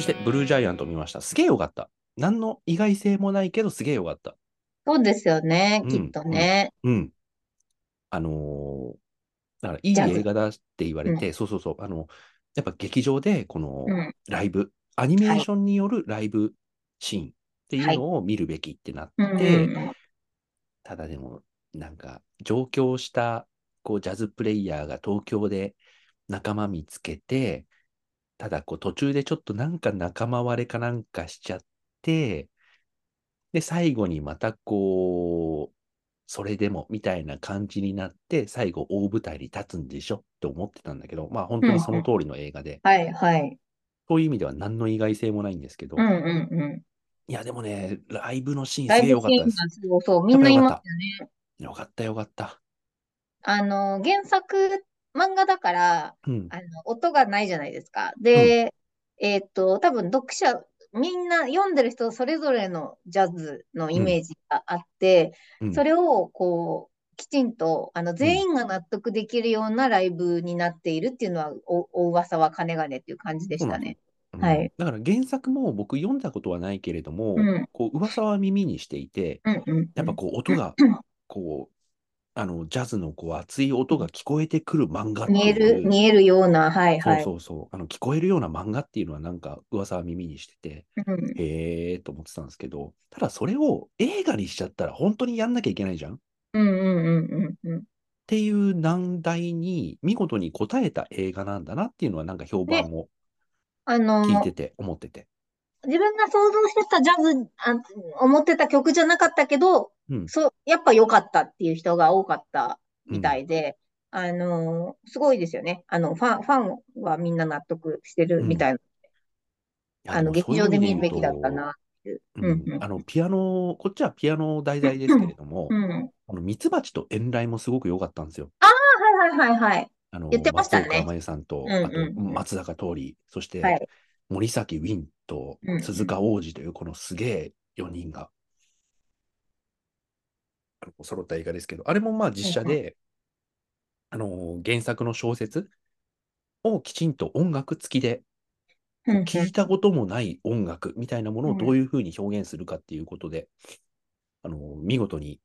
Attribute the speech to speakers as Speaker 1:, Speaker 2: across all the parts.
Speaker 1: して、ブルージャイアント見ました。すげえよかった。何の意外性もないけど、すげえよかった。
Speaker 2: そうですよね、
Speaker 1: う
Speaker 2: きっ
Speaker 1: ん、
Speaker 2: と
Speaker 1: うん、
Speaker 2: ね。
Speaker 1: うん。あのーだからい
Speaker 2: ジ
Speaker 1: い
Speaker 2: ャ
Speaker 1: 映
Speaker 2: ズ。
Speaker 1: 画だって言われ
Speaker 2: うん、
Speaker 1: て、そうそうそう、あの、やっぱ劇場で、こ
Speaker 2: う
Speaker 1: の
Speaker 2: ん。
Speaker 1: ライブ、アニメ
Speaker 2: は
Speaker 1: ー
Speaker 2: い、
Speaker 1: ションによるライブシーンっていう
Speaker 2: はい。
Speaker 1: のを見るべきってなっ
Speaker 2: うん、う
Speaker 1: て、
Speaker 2: ん、うん。
Speaker 1: ただでも、なんか、上京した、こう、ジャズプレイヤーが東京で仲間見つけて、ただ、こう、途中でちょっとなんか仲間割れかなんかしちゃって、で、最後にまたこう、それでもみたいな感じになって、最後大舞台に立つんでしょって思ってたんだけど、まあ本
Speaker 2: うん、
Speaker 1: 当
Speaker 2: う
Speaker 1: にその
Speaker 2: ん。
Speaker 1: 通りの映画で、
Speaker 2: はい、はい。
Speaker 1: そういう意味では何の意外性もないんですけ
Speaker 2: う
Speaker 1: ど、
Speaker 2: ん、うん、うん。
Speaker 1: いやでもね、ライブのシーン
Speaker 2: ラ
Speaker 1: す
Speaker 2: イ
Speaker 1: げえ
Speaker 2: ブ
Speaker 1: 良
Speaker 2: シ
Speaker 1: かった
Speaker 2: ー
Speaker 1: で
Speaker 2: ン
Speaker 1: す。
Speaker 2: がすごい、そう、み
Speaker 1: やっ
Speaker 2: ん
Speaker 1: ぱ
Speaker 2: な
Speaker 1: 良
Speaker 2: 言い
Speaker 1: かっ
Speaker 2: ます
Speaker 1: た。
Speaker 2: よね。
Speaker 1: 良かった良かった。
Speaker 2: あの、原作漫画だから、
Speaker 1: うん、
Speaker 2: あの、音がないじゃないですか。
Speaker 1: うん、
Speaker 2: で、えーっと、多分読者、みんな読んでる人それぞれのジャズのイ
Speaker 1: うん、
Speaker 2: メージがあって、
Speaker 1: うん、
Speaker 2: それをこう、きちんと、あの、
Speaker 1: うん。
Speaker 2: 全員が納得できるようなライブになっているっていうのは、お、お噂はかねがねっていう感じで
Speaker 1: そう
Speaker 2: し
Speaker 1: な
Speaker 2: た
Speaker 1: んですよ。う
Speaker 2: ね。は
Speaker 1: ん、
Speaker 2: い。
Speaker 1: だから原作も僕読んだことはないけれど
Speaker 2: う
Speaker 1: も、
Speaker 2: ん、
Speaker 1: こう噂は耳にしていて、
Speaker 2: うん、うん、
Speaker 1: やっぱこう音が
Speaker 2: うん。
Speaker 1: こう、あのジャズのこう熱い音が聞こえてくる漫画っ
Speaker 2: 見
Speaker 1: て
Speaker 2: える、
Speaker 1: いう、
Speaker 2: 見えるような、はい、
Speaker 1: そう
Speaker 2: はい。
Speaker 1: そうそう、あの聞こえるような漫画っていうのはなんか噂は耳にしてて、
Speaker 2: うん。
Speaker 1: へえーと思ってたんですけど、ただそれを映画にしちゃったら本当にやんなきゃいけないじゃんっ
Speaker 2: うん、うん、うん、うん。うん
Speaker 1: ていう難題に見事に応えた映画なんだなっていうのはなんか評
Speaker 2: で、
Speaker 1: 判を
Speaker 2: あ
Speaker 1: 聞いて
Speaker 2: の、
Speaker 1: て思ってて。
Speaker 2: 自分が想像してたジャズ、あ、思ってた曲じゃなかったけど、
Speaker 1: うん、
Speaker 2: そう、やっぱ良かったっていう人が多かった
Speaker 1: う
Speaker 2: みた
Speaker 1: ん、
Speaker 2: いで、あのーすごいですよね。あの、ファン、ファンはみんな納得してる
Speaker 1: う
Speaker 2: み
Speaker 1: ん。
Speaker 2: たい
Speaker 1: い
Speaker 2: な。
Speaker 1: や
Speaker 2: あ
Speaker 1: で
Speaker 2: の、
Speaker 1: もそう
Speaker 2: 劇
Speaker 1: いう
Speaker 2: 場
Speaker 1: 意
Speaker 2: で
Speaker 1: 味で
Speaker 2: 見る
Speaker 1: 言う
Speaker 2: べきだった
Speaker 1: と、
Speaker 2: なっていう。
Speaker 1: う
Speaker 2: うん、
Speaker 1: ん、あのピアノ、こっちはピアノ題材ですけれども、
Speaker 2: うん。うん。
Speaker 1: あのミツバチと遠雷もすごく良かったんですよ。
Speaker 2: ああ、はいはいはいはい。
Speaker 1: あ
Speaker 2: 言っ
Speaker 1: の、
Speaker 2: てまし
Speaker 1: 松
Speaker 2: た
Speaker 1: 岡
Speaker 2: ね。
Speaker 1: 茉優さん
Speaker 2: う
Speaker 1: と、
Speaker 2: ん
Speaker 1: あと
Speaker 2: うんうん。
Speaker 1: 松坂桃李、そし
Speaker 2: は
Speaker 1: て
Speaker 2: い。
Speaker 1: 森崎ウィンと
Speaker 2: うんう
Speaker 1: 鈴
Speaker 2: ん。
Speaker 1: 鹿央士というこのすげえ4人があの揃った映画ですけど、あれもまあ
Speaker 2: う
Speaker 1: 実写
Speaker 2: んうん。
Speaker 1: で、あの原作の小説をきちんと音楽付きで、こ
Speaker 2: う
Speaker 1: うん
Speaker 2: う
Speaker 1: 聞い
Speaker 2: ん。
Speaker 1: たこともない音楽みたいなもの
Speaker 2: う
Speaker 1: をどうんいうふうに表現するかっていうことで、あの見事に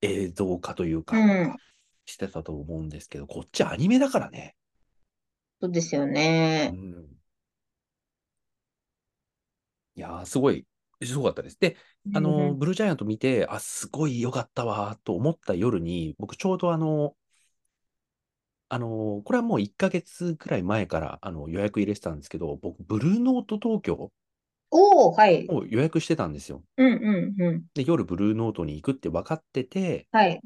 Speaker 1: 映像化という
Speaker 2: う
Speaker 1: か、
Speaker 2: ん。
Speaker 1: してたと思うんですけど、こっちアニメだからね。
Speaker 2: そうですよ
Speaker 1: う
Speaker 2: ね。
Speaker 1: ん。いやー、すごい、すごかったです。で、
Speaker 2: う
Speaker 1: あのー、
Speaker 2: ん。
Speaker 1: ブルージャイアント見て、あ、すごい良かったわーと思った夜に、僕ちょうどあのー、あのー、これはもう1ヶ月くらい前からあの予約入れてたんですけど、僕、ブルーノート東京
Speaker 2: おー、はい。
Speaker 1: を予約してたんですよ。
Speaker 2: うんうんうん。
Speaker 1: で、夜ブルーノートに行くって分かってて、
Speaker 2: はい。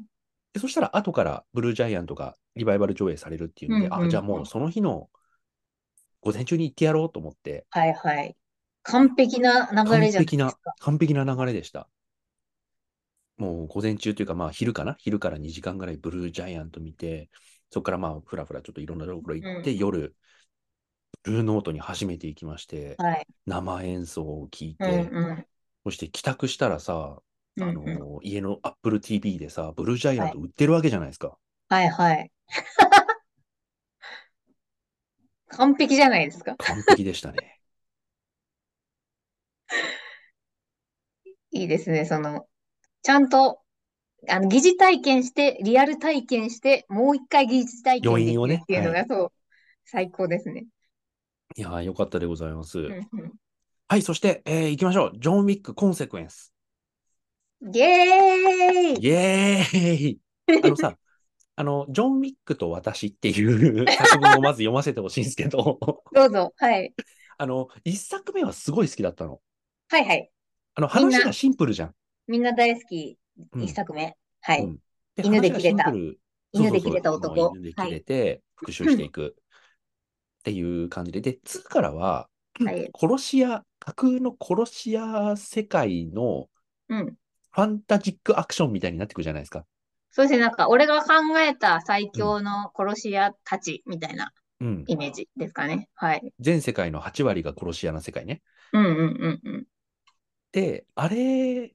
Speaker 1: で、そしたら後からブルージャイアントがリバイバル上映されるっていう
Speaker 2: う
Speaker 1: ので、
Speaker 2: ん
Speaker 1: あ、
Speaker 2: う
Speaker 1: じゃあ
Speaker 2: んう。
Speaker 1: もうんその日の午前中に行ってやろうと思って、
Speaker 2: はいは
Speaker 1: い
Speaker 2: い。
Speaker 1: や、
Speaker 2: 完璧な流
Speaker 1: 完
Speaker 2: れじゃない
Speaker 1: 璧
Speaker 2: です
Speaker 1: な、
Speaker 2: か。
Speaker 1: 完璧な流れでした。もう午前中というか、まあ昼かな昼から2時間ぐらいブルージャイアント見て、そこからまあふらふらちょっといろんなところ行
Speaker 2: う
Speaker 1: っ
Speaker 2: ん。
Speaker 1: て、夜、ブルーノートに初めて行きまして、
Speaker 2: はい。
Speaker 1: 生演奏を聞いうて、
Speaker 2: んうん。
Speaker 1: そして帰宅したらさ、
Speaker 2: う
Speaker 1: あ
Speaker 2: んうん。
Speaker 1: のー家の Apple TV でさ、ブルージャイアン
Speaker 2: は
Speaker 1: ト
Speaker 2: い。
Speaker 1: 売ってるわけじゃないですか。
Speaker 2: はいはい。 完璧じゃないですか。
Speaker 1: 完璧でしたね。
Speaker 2: いいですね。その、ちゃんと、あの、疑似体験して、リアル体験して、もう一回疑似体
Speaker 1: 余
Speaker 2: 験で
Speaker 1: 韻
Speaker 2: き
Speaker 1: を
Speaker 2: るっ
Speaker 1: ね、
Speaker 2: ていう
Speaker 1: は
Speaker 2: の
Speaker 1: い。
Speaker 2: が、そう、最高ですね。
Speaker 1: いやー、よかったでございま
Speaker 2: う
Speaker 1: す。
Speaker 2: んう
Speaker 1: はい、そして、えー行きましょう。ジョン・ウィック・コンセクエンス。
Speaker 2: ん。イエーイ
Speaker 1: イエー イあのさ、あの、ジョン・ウィックと私っていう作文をまず読ませてほしいんですけど、
Speaker 2: どうぞ。はい。
Speaker 1: あの、一作目はすごい好きだったの。
Speaker 2: はいはい。
Speaker 1: あの、
Speaker 2: みん
Speaker 1: 話が
Speaker 2: な、
Speaker 1: シンプルじゃん。
Speaker 2: みんな大好き。
Speaker 1: う
Speaker 2: 一
Speaker 1: ん、
Speaker 2: 作目。は
Speaker 1: う
Speaker 2: い。
Speaker 1: ん。で、
Speaker 2: 犬
Speaker 1: 話
Speaker 2: で
Speaker 1: が
Speaker 2: 切
Speaker 1: シ
Speaker 2: れ
Speaker 1: ンプ
Speaker 2: た。
Speaker 1: ル。そう
Speaker 2: 犬
Speaker 1: そう
Speaker 2: で
Speaker 1: そ
Speaker 2: 切
Speaker 1: う、
Speaker 2: れた
Speaker 1: あの、
Speaker 2: 男。
Speaker 1: 犬で
Speaker 2: は
Speaker 1: 切
Speaker 2: い。
Speaker 1: れて、復讐していくっていう感じで、で、2からは、
Speaker 2: はい。
Speaker 1: 殺し屋、架空の殺し屋世界の
Speaker 2: うん。
Speaker 1: ファンタジックアクションみたいになってくるじゃないですか。
Speaker 2: そうですね。なんか、俺が考えた最
Speaker 1: うん、
Speaker 2: 強の殺し屋たちみたいな
Speaker 1: うん。
Speaker 2: イメージですかね。はい。
Speaker 1: 全世界の8割が殺し屋な世界ね。
Speaker 2: うんうんうんうん。
Speaker 1: で、あれ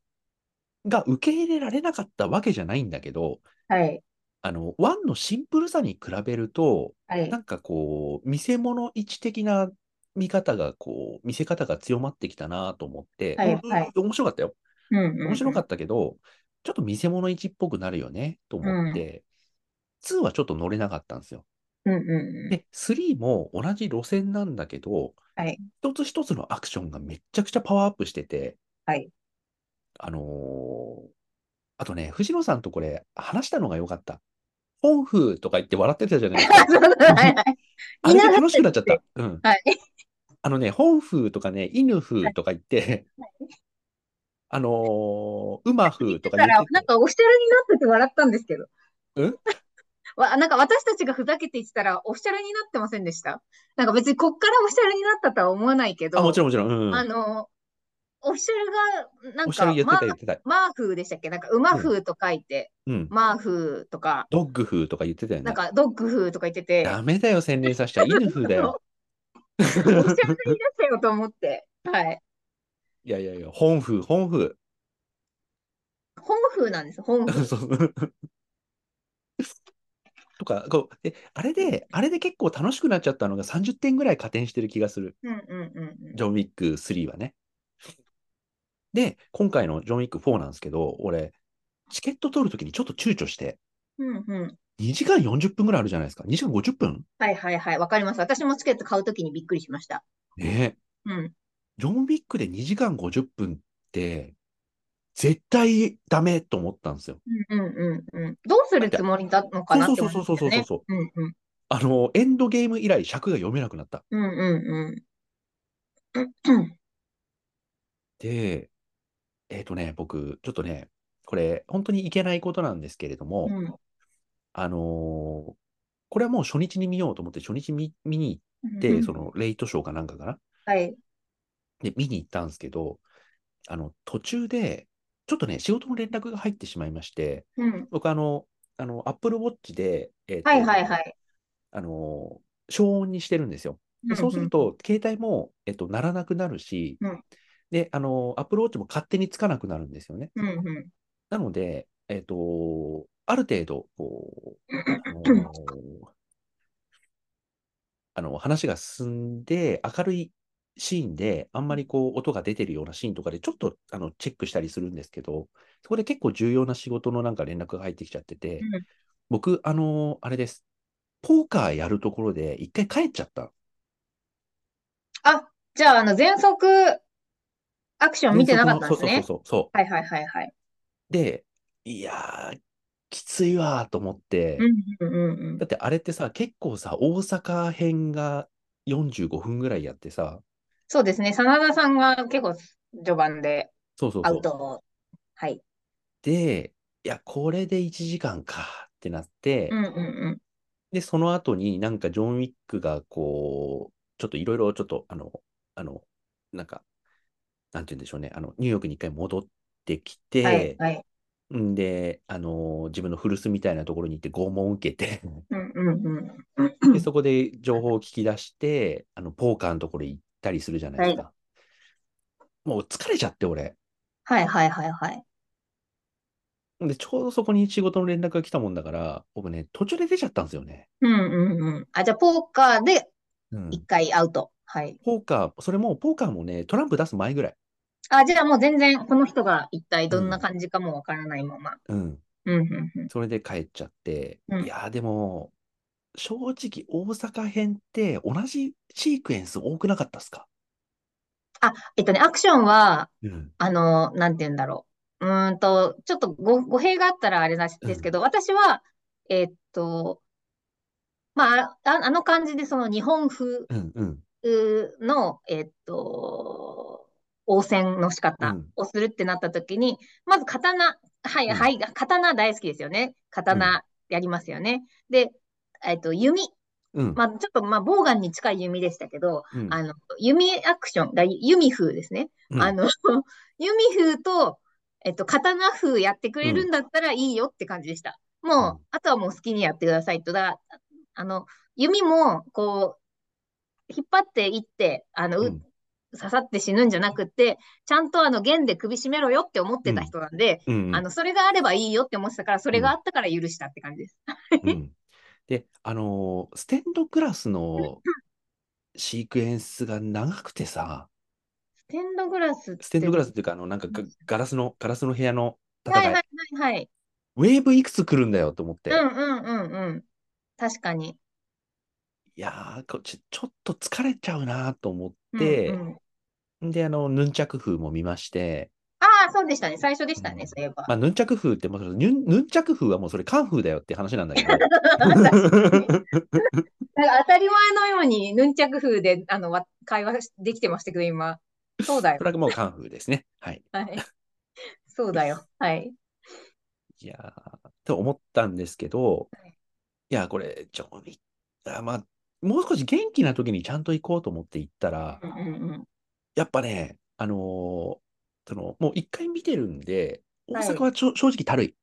Speaker 1: が受け入れられなかったわけじゃないんだけど、
Speaker 2: はい。
Speaker 1: あの、1のシンプルさに比べると、
Speaker 2: はい。
Speaker 1: なんかこう、見せ物市的な見方がこう、見せ方が強まってきたなと思って、
Speaker 2: はい
Speaker 1: うん
Speaker 2: はい
Speaker 1: 面白かったよ。
Speaker 2: うんうんうん。
Speaker 1: 面白かったけど、ちょっと見せ物市っぽくなるよねと思って、2はちょっと乗れなかったんですよ。
Speaker 2: うんうんうん。
Speaker 1: で、3も同じ路線なんだけど、
Speaker 2: はい
Speaker 1: 一つ一つのアクションがめっちゃくちゃパワーアップしてて、
Speaker 2: はい
Speaker 1: あのーあとね、藤野さんとこれ話したのが良かった。本風とか言って笑ってたじゃないですか
Speaker 2: 。そうだはい はい。
Speaker 1: あれが楽しくなっちゃった。うん。
Speaker 2: はい。
Speaker 1: あのね、本風とかね、犬風とか言って、あのー馬風とか
Speaker 2: だか
Speaker 1: 言
Speaker 2: ら、
Speaker 1: って
Speaker 2: なん
Speaker 1: て、
Speaker 2: かオフィシャルになってて笑ったんですけど。
Speaker 1: うん
Speaker 2: わなんか私たちがふざけて言ってたらオフィシャルになってませんでしたなんか別にこっからオフィシャルになったとは思わないけど、
Speaker 1: あ、もちろんもちろん。うん。
Speaker 2: あの、オフィシャルが、なん
Speaker 1: おっしゃる言って
Speaker 2: か、マ
Speaker 1: た言ってた。
Speaker 2: マーフーでしたっけなんか、馬風と書いて、
Speaker 1: うん。
Speaker 2: マーフーとか、
Speaker 1: ドッグ風とか言ってたよね。
Speaker 2: なんか、ドッグ風とか言ってて、
Speaker 1: ダメだよ、洗練させちゃ。犬風だよ。
Speaker 2: オフィシャルになったよと思って、はい。
Speaker 1: いやいやいや、本風、本風。
Speaker 2: 本風なんです、本風。
Speaker 1: そう。とか、こう、で、あれで、あれで結構楽しくなっちゃったのが30点ぐらい加点してる気がする。
Speaker 2: うんうんうんうん。
Speaker 1: ジョン・ウィック3はね。で、今回のジョン・ウィック4なんですけど、俺、チケット取るときにちょっと躊躇して、
Speaker 2: うんうん。
Speaker 1: 2時間40分ぐらいあるじゃないですか。2時間50分
Speaker 2: はいはいはい、わかります。私もチケット買うときにびっくりしました。
Speaker 1: ねえ
Speaker 2: うん。
Speaker 1: ジョン・ウィックで2時間50分って、絶対ダメと思ったんですよ。
Speaker 2: うんうんうんうん。どうするつもりだのかなって
Speaker 1: そう
Speaker 2: 思
Speaker 1: そう
Speaker 2: います
Speaker 1: そうそう
Speaker 2: よ
Speaker 1: そう
Speaker 2: ね。
Speaker 1: そう。
Speaker 2: うんうん。
Speaker 1: あの、エンドゲーム以来尺が読めなくなった。
Speaker 2: うんうんうん。
Speaker 1: で、えっ、とね、僕、ちょっとね、これ、本当にいけないことなんですけれども、
Speaker 2: うん
Speaker 1: あのーこれはもう初日に見ようと思って、初日見見に行って、
Speaker 2: うん
Speaker 1: そのレイトショーかなんかかな。
Speaker 2: はい。
Speaker 1: で、見に行ったんですけど、あの、途中で、ちょっとね、仕事の連絡が入ってしまいまして、
Speaker 2: うん。
Speaker 1: 僕、あの、あの、Apple Watch で、えーと
Speaker 2: はいはいはい。
Speaker 1: あのー消音にしてるんですよ。でそうすると、携帯も、えっと、鳴らなくなるし、
Speaker 2: うん
Speaker 1: で、あの、Apple Watch も勝手につかなくなるんですよね。
Speaker 2: うんうん。
Speaker 1: なので、えっ、と、ある程度、こう、あのー あの、話が進んで、明るいシーンで、あんまりこう、音が出てるようなシーンとかで、ちょっと、あの、チェックしたりするんですけど、そこで結構重要な仕事のなんか連絡が入ってきちゃってて、
Speaker 2: うん
Speaker 1: 僕、あのーあれです。ポーカーやるところで、一回帰っちゃった。
Speaker 2: あ、じゃあ、あの、全速アクション見てなかったん
Speaker 1: そ
Speaker 2: です
Speaker 1: うそう
Speaker 2: ね。
Speaker 1: そうそう。
Speaker 2: はいはいはいはい。
Speaker 1: で、いやー、きついわーと思って、
Speaker 2: うんうんうんうん
Speaker 1: だってあれってさ、結構さ、大阪編が45分ぐらいやってさ、
Speaker 2: そうですね。真田さんが結構序盤で
Speaker 1: そうそう
Speaker 2: ア
Speaker 1: そ
Speaker 2: ウ
Speaker 1: う。
Speaker 2: トを。はい。
Speaker 1: で、いや、これで1時間かってなって、
Speaker 2: うんうん
Speaker 1: で、その後になんかジョン・ウィックがこう、ちょっといろいろちょっと、あの、あの、なんか、なんて言うんでしょうね、あの、ニューヨークに一回戻ってき
Speaker 2: うん。はい
Speaker 1: て、
Speaker 2: はい。
Speaker 1: んで、あの、自分の古巣みたいなところに行って拷問を受けて、
Speaker 2: うんうんうん。
Speaker 1: で、そこで情報を聞き出して、あの、ポーカーのところに行ったりするじゃないですか。もう疲れちゃって、俺。
Speaker 2: はいはいはいはい。
Speaker 1: で、ちょうどそこに仕事の連絡が来たもんだから、僕ね、途中で出ちゃったんですよね。
Speaker 2: うんうんうん。あ、じゃあ、ポーカーで
Speaker 1: うん
Speaker 2: 一回アウト。はい。
Speaker 1: ポーカー、それも、ポーカーもね、トランプ出す前ぐらい。
Speaker 2: あ、じゃあもう全然、この人が一体どんな感じかもわからないまま。
Speaker 1: うん。
Speaker 2: うんうんうん。
Speaker 1: それで帰っちゃって、
Speaker 2: うん
Speaker 1: いやー、でも、正直、大阪編って同じシークエンス多くなかったっすか
Speaker 2: えっとね、アクションは、
Speaker 1: うん。
Speaker 2: あの、なんて言うんだろう。うーんと、ちょっとご、語弊があったらあれなんですけど、私は、えっと、まあ、あ、あの感じで、その日本風
Speaker 1: うんうん。
Speaker 2: の、えっと、応戦の仕方をするってなった時に、まず刀、はい、
Speaker 1: うん
Speaker 2: はい、刀大好きですよね。刀やりますよね。で、えっと、弓、
Speaker 1: うん。
Speaker 2: まあ、ちょっと、まあ、ボウガンに近い弓でしたけど、
Speaker 1: うん
Speaker 2: あの、弓アクション、だ弓風ですね。
Speaker 1: うん
Speaker 2: あの、 弓風と、えっと、刀風やってくれるんだったらいいよって感じでした。もう、
Speaker 1: うん
Speaker 2: あとはもう好きにやってくださいと。だ、あの、弓も、こう、引っ張っていって、あの、う
Speaker 1: うん
Speaker 2: 刺さって死ぬんじゃなくて、ちゃんとあの、弦で首絞めろよって思ってた人なんで、
Speaker 1: うん
Speaker 2: あの、それがあればいいよって思ってたから、それがあったから許したって感じです。
Speaker 1: うんで、あのーステンドグラスのシークエンスが長くてさ、
Speaker 2: ステンドグラスっ
Speaker 1: ステンドグラス
Speaker 2: て。
Speaker 1: っていうか、あの、なんかガガラスの、ガラスの部屋の戦
Speaker 2: は
Speaker 1: い、
Speaker 2: いはいはいはい。
Speaker 1: ウェーブいくつ来るんだよと思っ
Speaker 2: う
Speaker 1: て、
Speaker 2: んうんうんうん。確かに。
Speaker 1: いやーこち、ちょっと疲れちゃうなと思っ
Speaker 2: うんう
Speaker 1: て、
Speaker 2: ん。
Speaker 1: で、あの、ヌンチャク風も見まして、
Speaker 2: ああ、そうでしたね。最初で
Speaker 1: う
Speaker 2: したね、
Speaker 1: ん
Speaker 2: そういえば。
Speaker 1: まあ、ヌンチャク風って、まあ、それヌンヌンチャク風はもうそれカンフーだよって話なんだけど、
Speaker 2: 確か に。なんか当たり前のように、ヌンチャク風で、あの、わ会話できてましたけど、今。そうだ よ。
Speaker 1: そ れはもうカンフーですね。はい。
Speaker 2: はい。そうだよ。はい。
Speaker 1: いやー、と思ったんですけど、
Speaker 2: はい
Speaker 1: いや、これ、ジョンウィック、あ、まあ、もう少し元気な時にちゃんと行こうと思って行ったら、
Speaker 2: うんうんうん。
Speaker 1: やっぱね、あのーその、もう一回見てるんで、大
Speaker 2: は
Speaker 1: 阪
Speaker 2: い。
Speaker 1: はちょ正直たるい。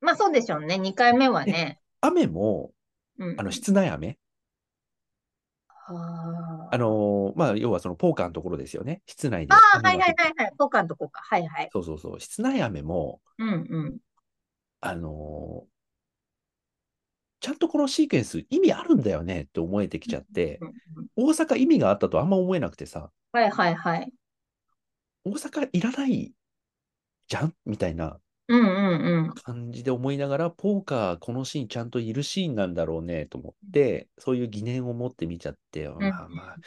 Speaker 2: まあそうでしょうね。2回目は
Speaker 1: で、
Speaker 2: ね。
Speaker 1: 雨も、
Speaker 2: うん
Speaker 1: あの、
Speaker 2: うん。
Speaker 1: 室内雨。あ
Speaker 2: あ
Speaker 1: のーまあ、要はそのポーカーのところですよね。室内
Speaker 2: あ。あ
Speaker 1: で雨
Speaker 2: あ、はい
Speaker 1: が
Speaker 2: はい
Speaker 1: 降っ
Speaker 2: はい
Speaker 1: て、
Speaker 2: はい。ポカンとこうか。はいはい。
Speaker 1: そうそうそう、室内雨も、
Speaker 2: うんうん。
Speaker 1: あのーちゃんとこのシークエンス意味あるんだよねって思えてき
Speaker 2: うん
Speaker 1: ちゃって、
Speaker 2: うんうん
Speaker 1: 大阪意味があったとあんま思えなくてさ、
Speaker 2: はいはいはい。
Speaker 1: 大阪いらないじゃんみたいな
Speaker 2: うんうんうん。
Speaker 1: 感じで思いながら、ポーカーこのシーンちゃんといるシーンなんだろうねと思って、そういう疑念を持って見ちゃって、
Speaker 2: うん
Speaker 1: まあまあ、い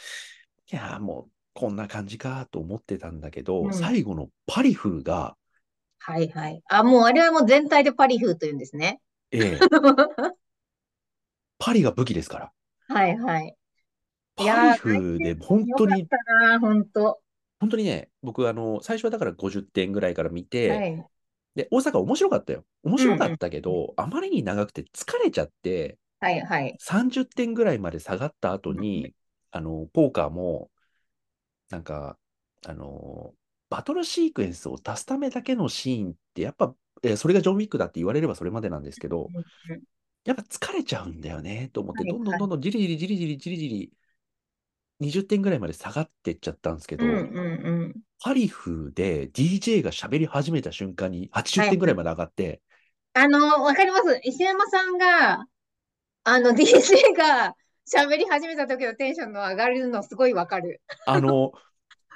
Speaker 1: やーもうこんな感じかと思ってたんだけ
Speaker 2: う
Speaker 1: ど、
Speaker 2: ん。
Speaker 1: 最後のパリフが、
Speaker 2: はいはい。あ、もうあれはもう全体でパリ風というんですね。
Speaker 1: ええ
Speaker 2: は
Speaker 1: パリが武器ですから、
Speaker 2: いはい。い
Speaker 1: パリ
Speaker 2: やー、内
Speaker 1: フ
Speaker 2: 定
Speaker 1: で本
Speaker 2: よ
Speaker 1: 当
Speaker 2: かっ
Speaker 1: に
Speaker 2: たな、本当。
Speaker 1: 本当にね、僕、あの、最初はだから50点ぐらいから見
Speaker 2: は
Speaker 1: て、
Speaker 2: い。
Speaker 1: で、大阪面白かったよ。面
Speaker 2: うん
Speaker 1: 白か
Speaker 2: う
Speaker 1: っ
Speaker 2: ん。
Speaker 1: たけど、あまりに長くて疲れちゃって、
Speaker 2: はいはい。
Speaker 1: 30点ぐらいまで下がった後
Speaker 2: うん
Speaker 1: に、あの、ポーカーも、なんか、あの、バトルシークエンスを足すためだけのシーンって、やっぱ、えーそれがジョン・ウィックだって言われればそれまでなんですけど、
Speaker 2: うんうん
Speaker 1: やっぱ疲れちゃうんだよね、と思って、
Speaker 2: はい
Speaker 1: どんどん
Speaker 2: は
Speaker 1: どん
Speaker 2: い。
Speaker 1: どんじりじりじりじりじりじり20点ぐらいまで下がってっちゃったんですけ
Speaker 2: うん
Speaker 1: ど、
Speaker 2: うんうん。
Speaker 1: パリフで DJ が喋り始めた瞬間に80
Speaker 2: はいは
Speaker 1: 点ぐらい
Speaker 2: い。
Speaker 1: まで上がって、
Speaker 2: あの、わかります。石山さんが、あの、DJ が喋り始めた時のテンションの上がるのすごいわかる。
Speaker 1: あの、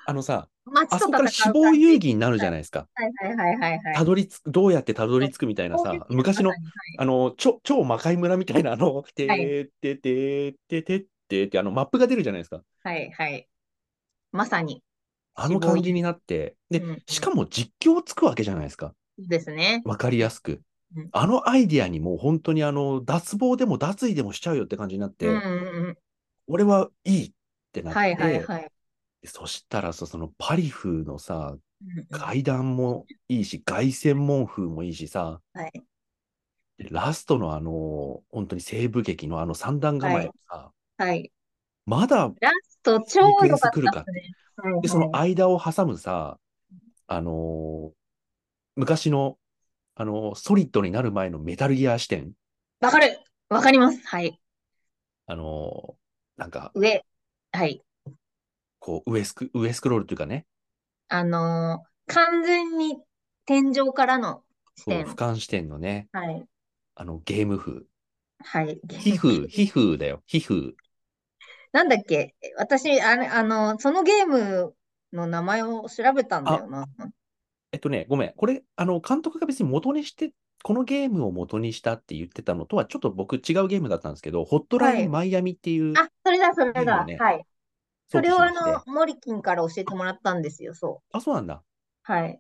Speaker 1: あのさ、
Speaker 2: 街
Speaker 1: あそ
Speaker 2: と
Speaker 1: こから
Speaker 2: 戦
Speaker 1: 死
Speaker 2: う
Speaker 1: 亡
Speaker 2: 感
Speaker 1: 遊
Speaker 2: じ。
Speaker 1: 戯になるじゃないですか。
Speaker 2: はいはいはいはいは
Speaker 1: た
Speaker 2: い。
Speaker 1: どりつく、どうやってたどり着くみたいな
Speaker 2: 攻撃
Speaker 1: さ、
Speaker 2: です、
Speaker 1: 昔
Speaker 2: ま
Speaker 1: の、
Speaker 2: さに。はい。
Speaker 1: あの、超、超魔界村みたいな、あの、
Speaker 2: はい。
Speaker 1: てーてーてーてーてーてーって、あの、マップが出るじゃないですか。
Speaker 2: はいはい。まさに、
Speaker 1: あ
Speaker 2: 死
Speaker 1: の
Speaker 2: 亡
Speaker 1: 感
Speaker 2: 遊
Speaker 1: じになって、で、
Speaker 2: 戯。うん
Speaker 1: し
Speaker 2: う
Speaker 1: か
Speaker 2: ん。
Speaker 1: も実況つくわけじゃないですか。
Speaker 2: そうですね。
Speaker 1: わかりやすく。
Speaker 2: うん。
Speaker 1: あのアイディアにもう本当にあの、脱帽でも脱衣でもしちゃうよって感じになっ
Speaker 2: うん
Speaker 1: て、
Speaker 2: うんうん。
Speaker 1: 俺はいいってなっ
Speaker 2: はいはい
Speaker 1: て、
Speaker 2: はい。
Speaker 1: そしたらさ、そのパリ風のさ、
Speaker 2: うんうん。
Speaker 1: 階段もいいし、凱旋門風もいいしさ、
Speaker 2: はい。
Speaker 1: でラストのあの、本当に西部劇のあの三段構
Speaker 2: は
Speaker 1: え
Speaker 2: い。
Speaker 1: もさ、
Speaker 2: はい。
Speaker 1: まだ
Speaker 2: ラスト超
Speaker 1: シークエン
Speaker 2: 良か
Speaker 1: ス
Speaker 2: っ
Speaker 1: 来る
Speaker 2: たっ
Speaker 1: かっ
Speaker 2: す
Speaker 1: て。
Speaker 2: ね。はい
Speaker 1: で、その
Speaker 2: はい。
Speaker 1: 間を挟むさ、あのー昔の、あのーソリッドになる前のメタルギア視点、
Speaker 2: わかる。わかります。はい。
Speaker 1: あのーなんか、
Speaker 2: 上。はい。
Speaker 1: こう、上スク、上スクロールというかね、
Speaker 2: あのー完全に天井からの視
Speaker 1: そう、俯
Speaker 2: 点。
Speaker 1: 瞰視点のね、
Speaker 2: はい。
Speaker 1: あの、ゲーム 風。
Speaker 2: はい。ゲ
Speaker 1: 皮
Speaker 2: ーム
Speaker 1: 膚、皮
Speaker 2: 風。
Speaker 1: 膚だよ、皮膚。
Speaker 2: なんだっけ私、あれ、あの、そのゲームの名前を調べたん
Speaker 1: あ、
Speaker 2: だよな。
Speaker 1: えっとね、ごめん。これ、あの、監督が別に元にして、このゲームを元にしたって言ってたのとは、ちょっと僕違うゲームだったんですけど、ホットラ
Speaker 2: は
Speaker 1: イン
Speaker 2: い。
Speaker 1: マイアミっていう
Speaker 2: あ、それだ、それ
Speaker 1: ゲームを
Speaker 2: だ。
Speaker 1: ね、
Speaker 2: はい。そ
Speaker 1: 想
Speaker 2: れ
Speaker 1: 起
Speaker 2: を
Speaker 1: し
Speaker 2: あ
Speaker 1: まして、
Speaker 2: の、モリキンから教えてもらったんですよ、そう。
Speaker 1: あ、そうなんだ。
Speaker 2: はい。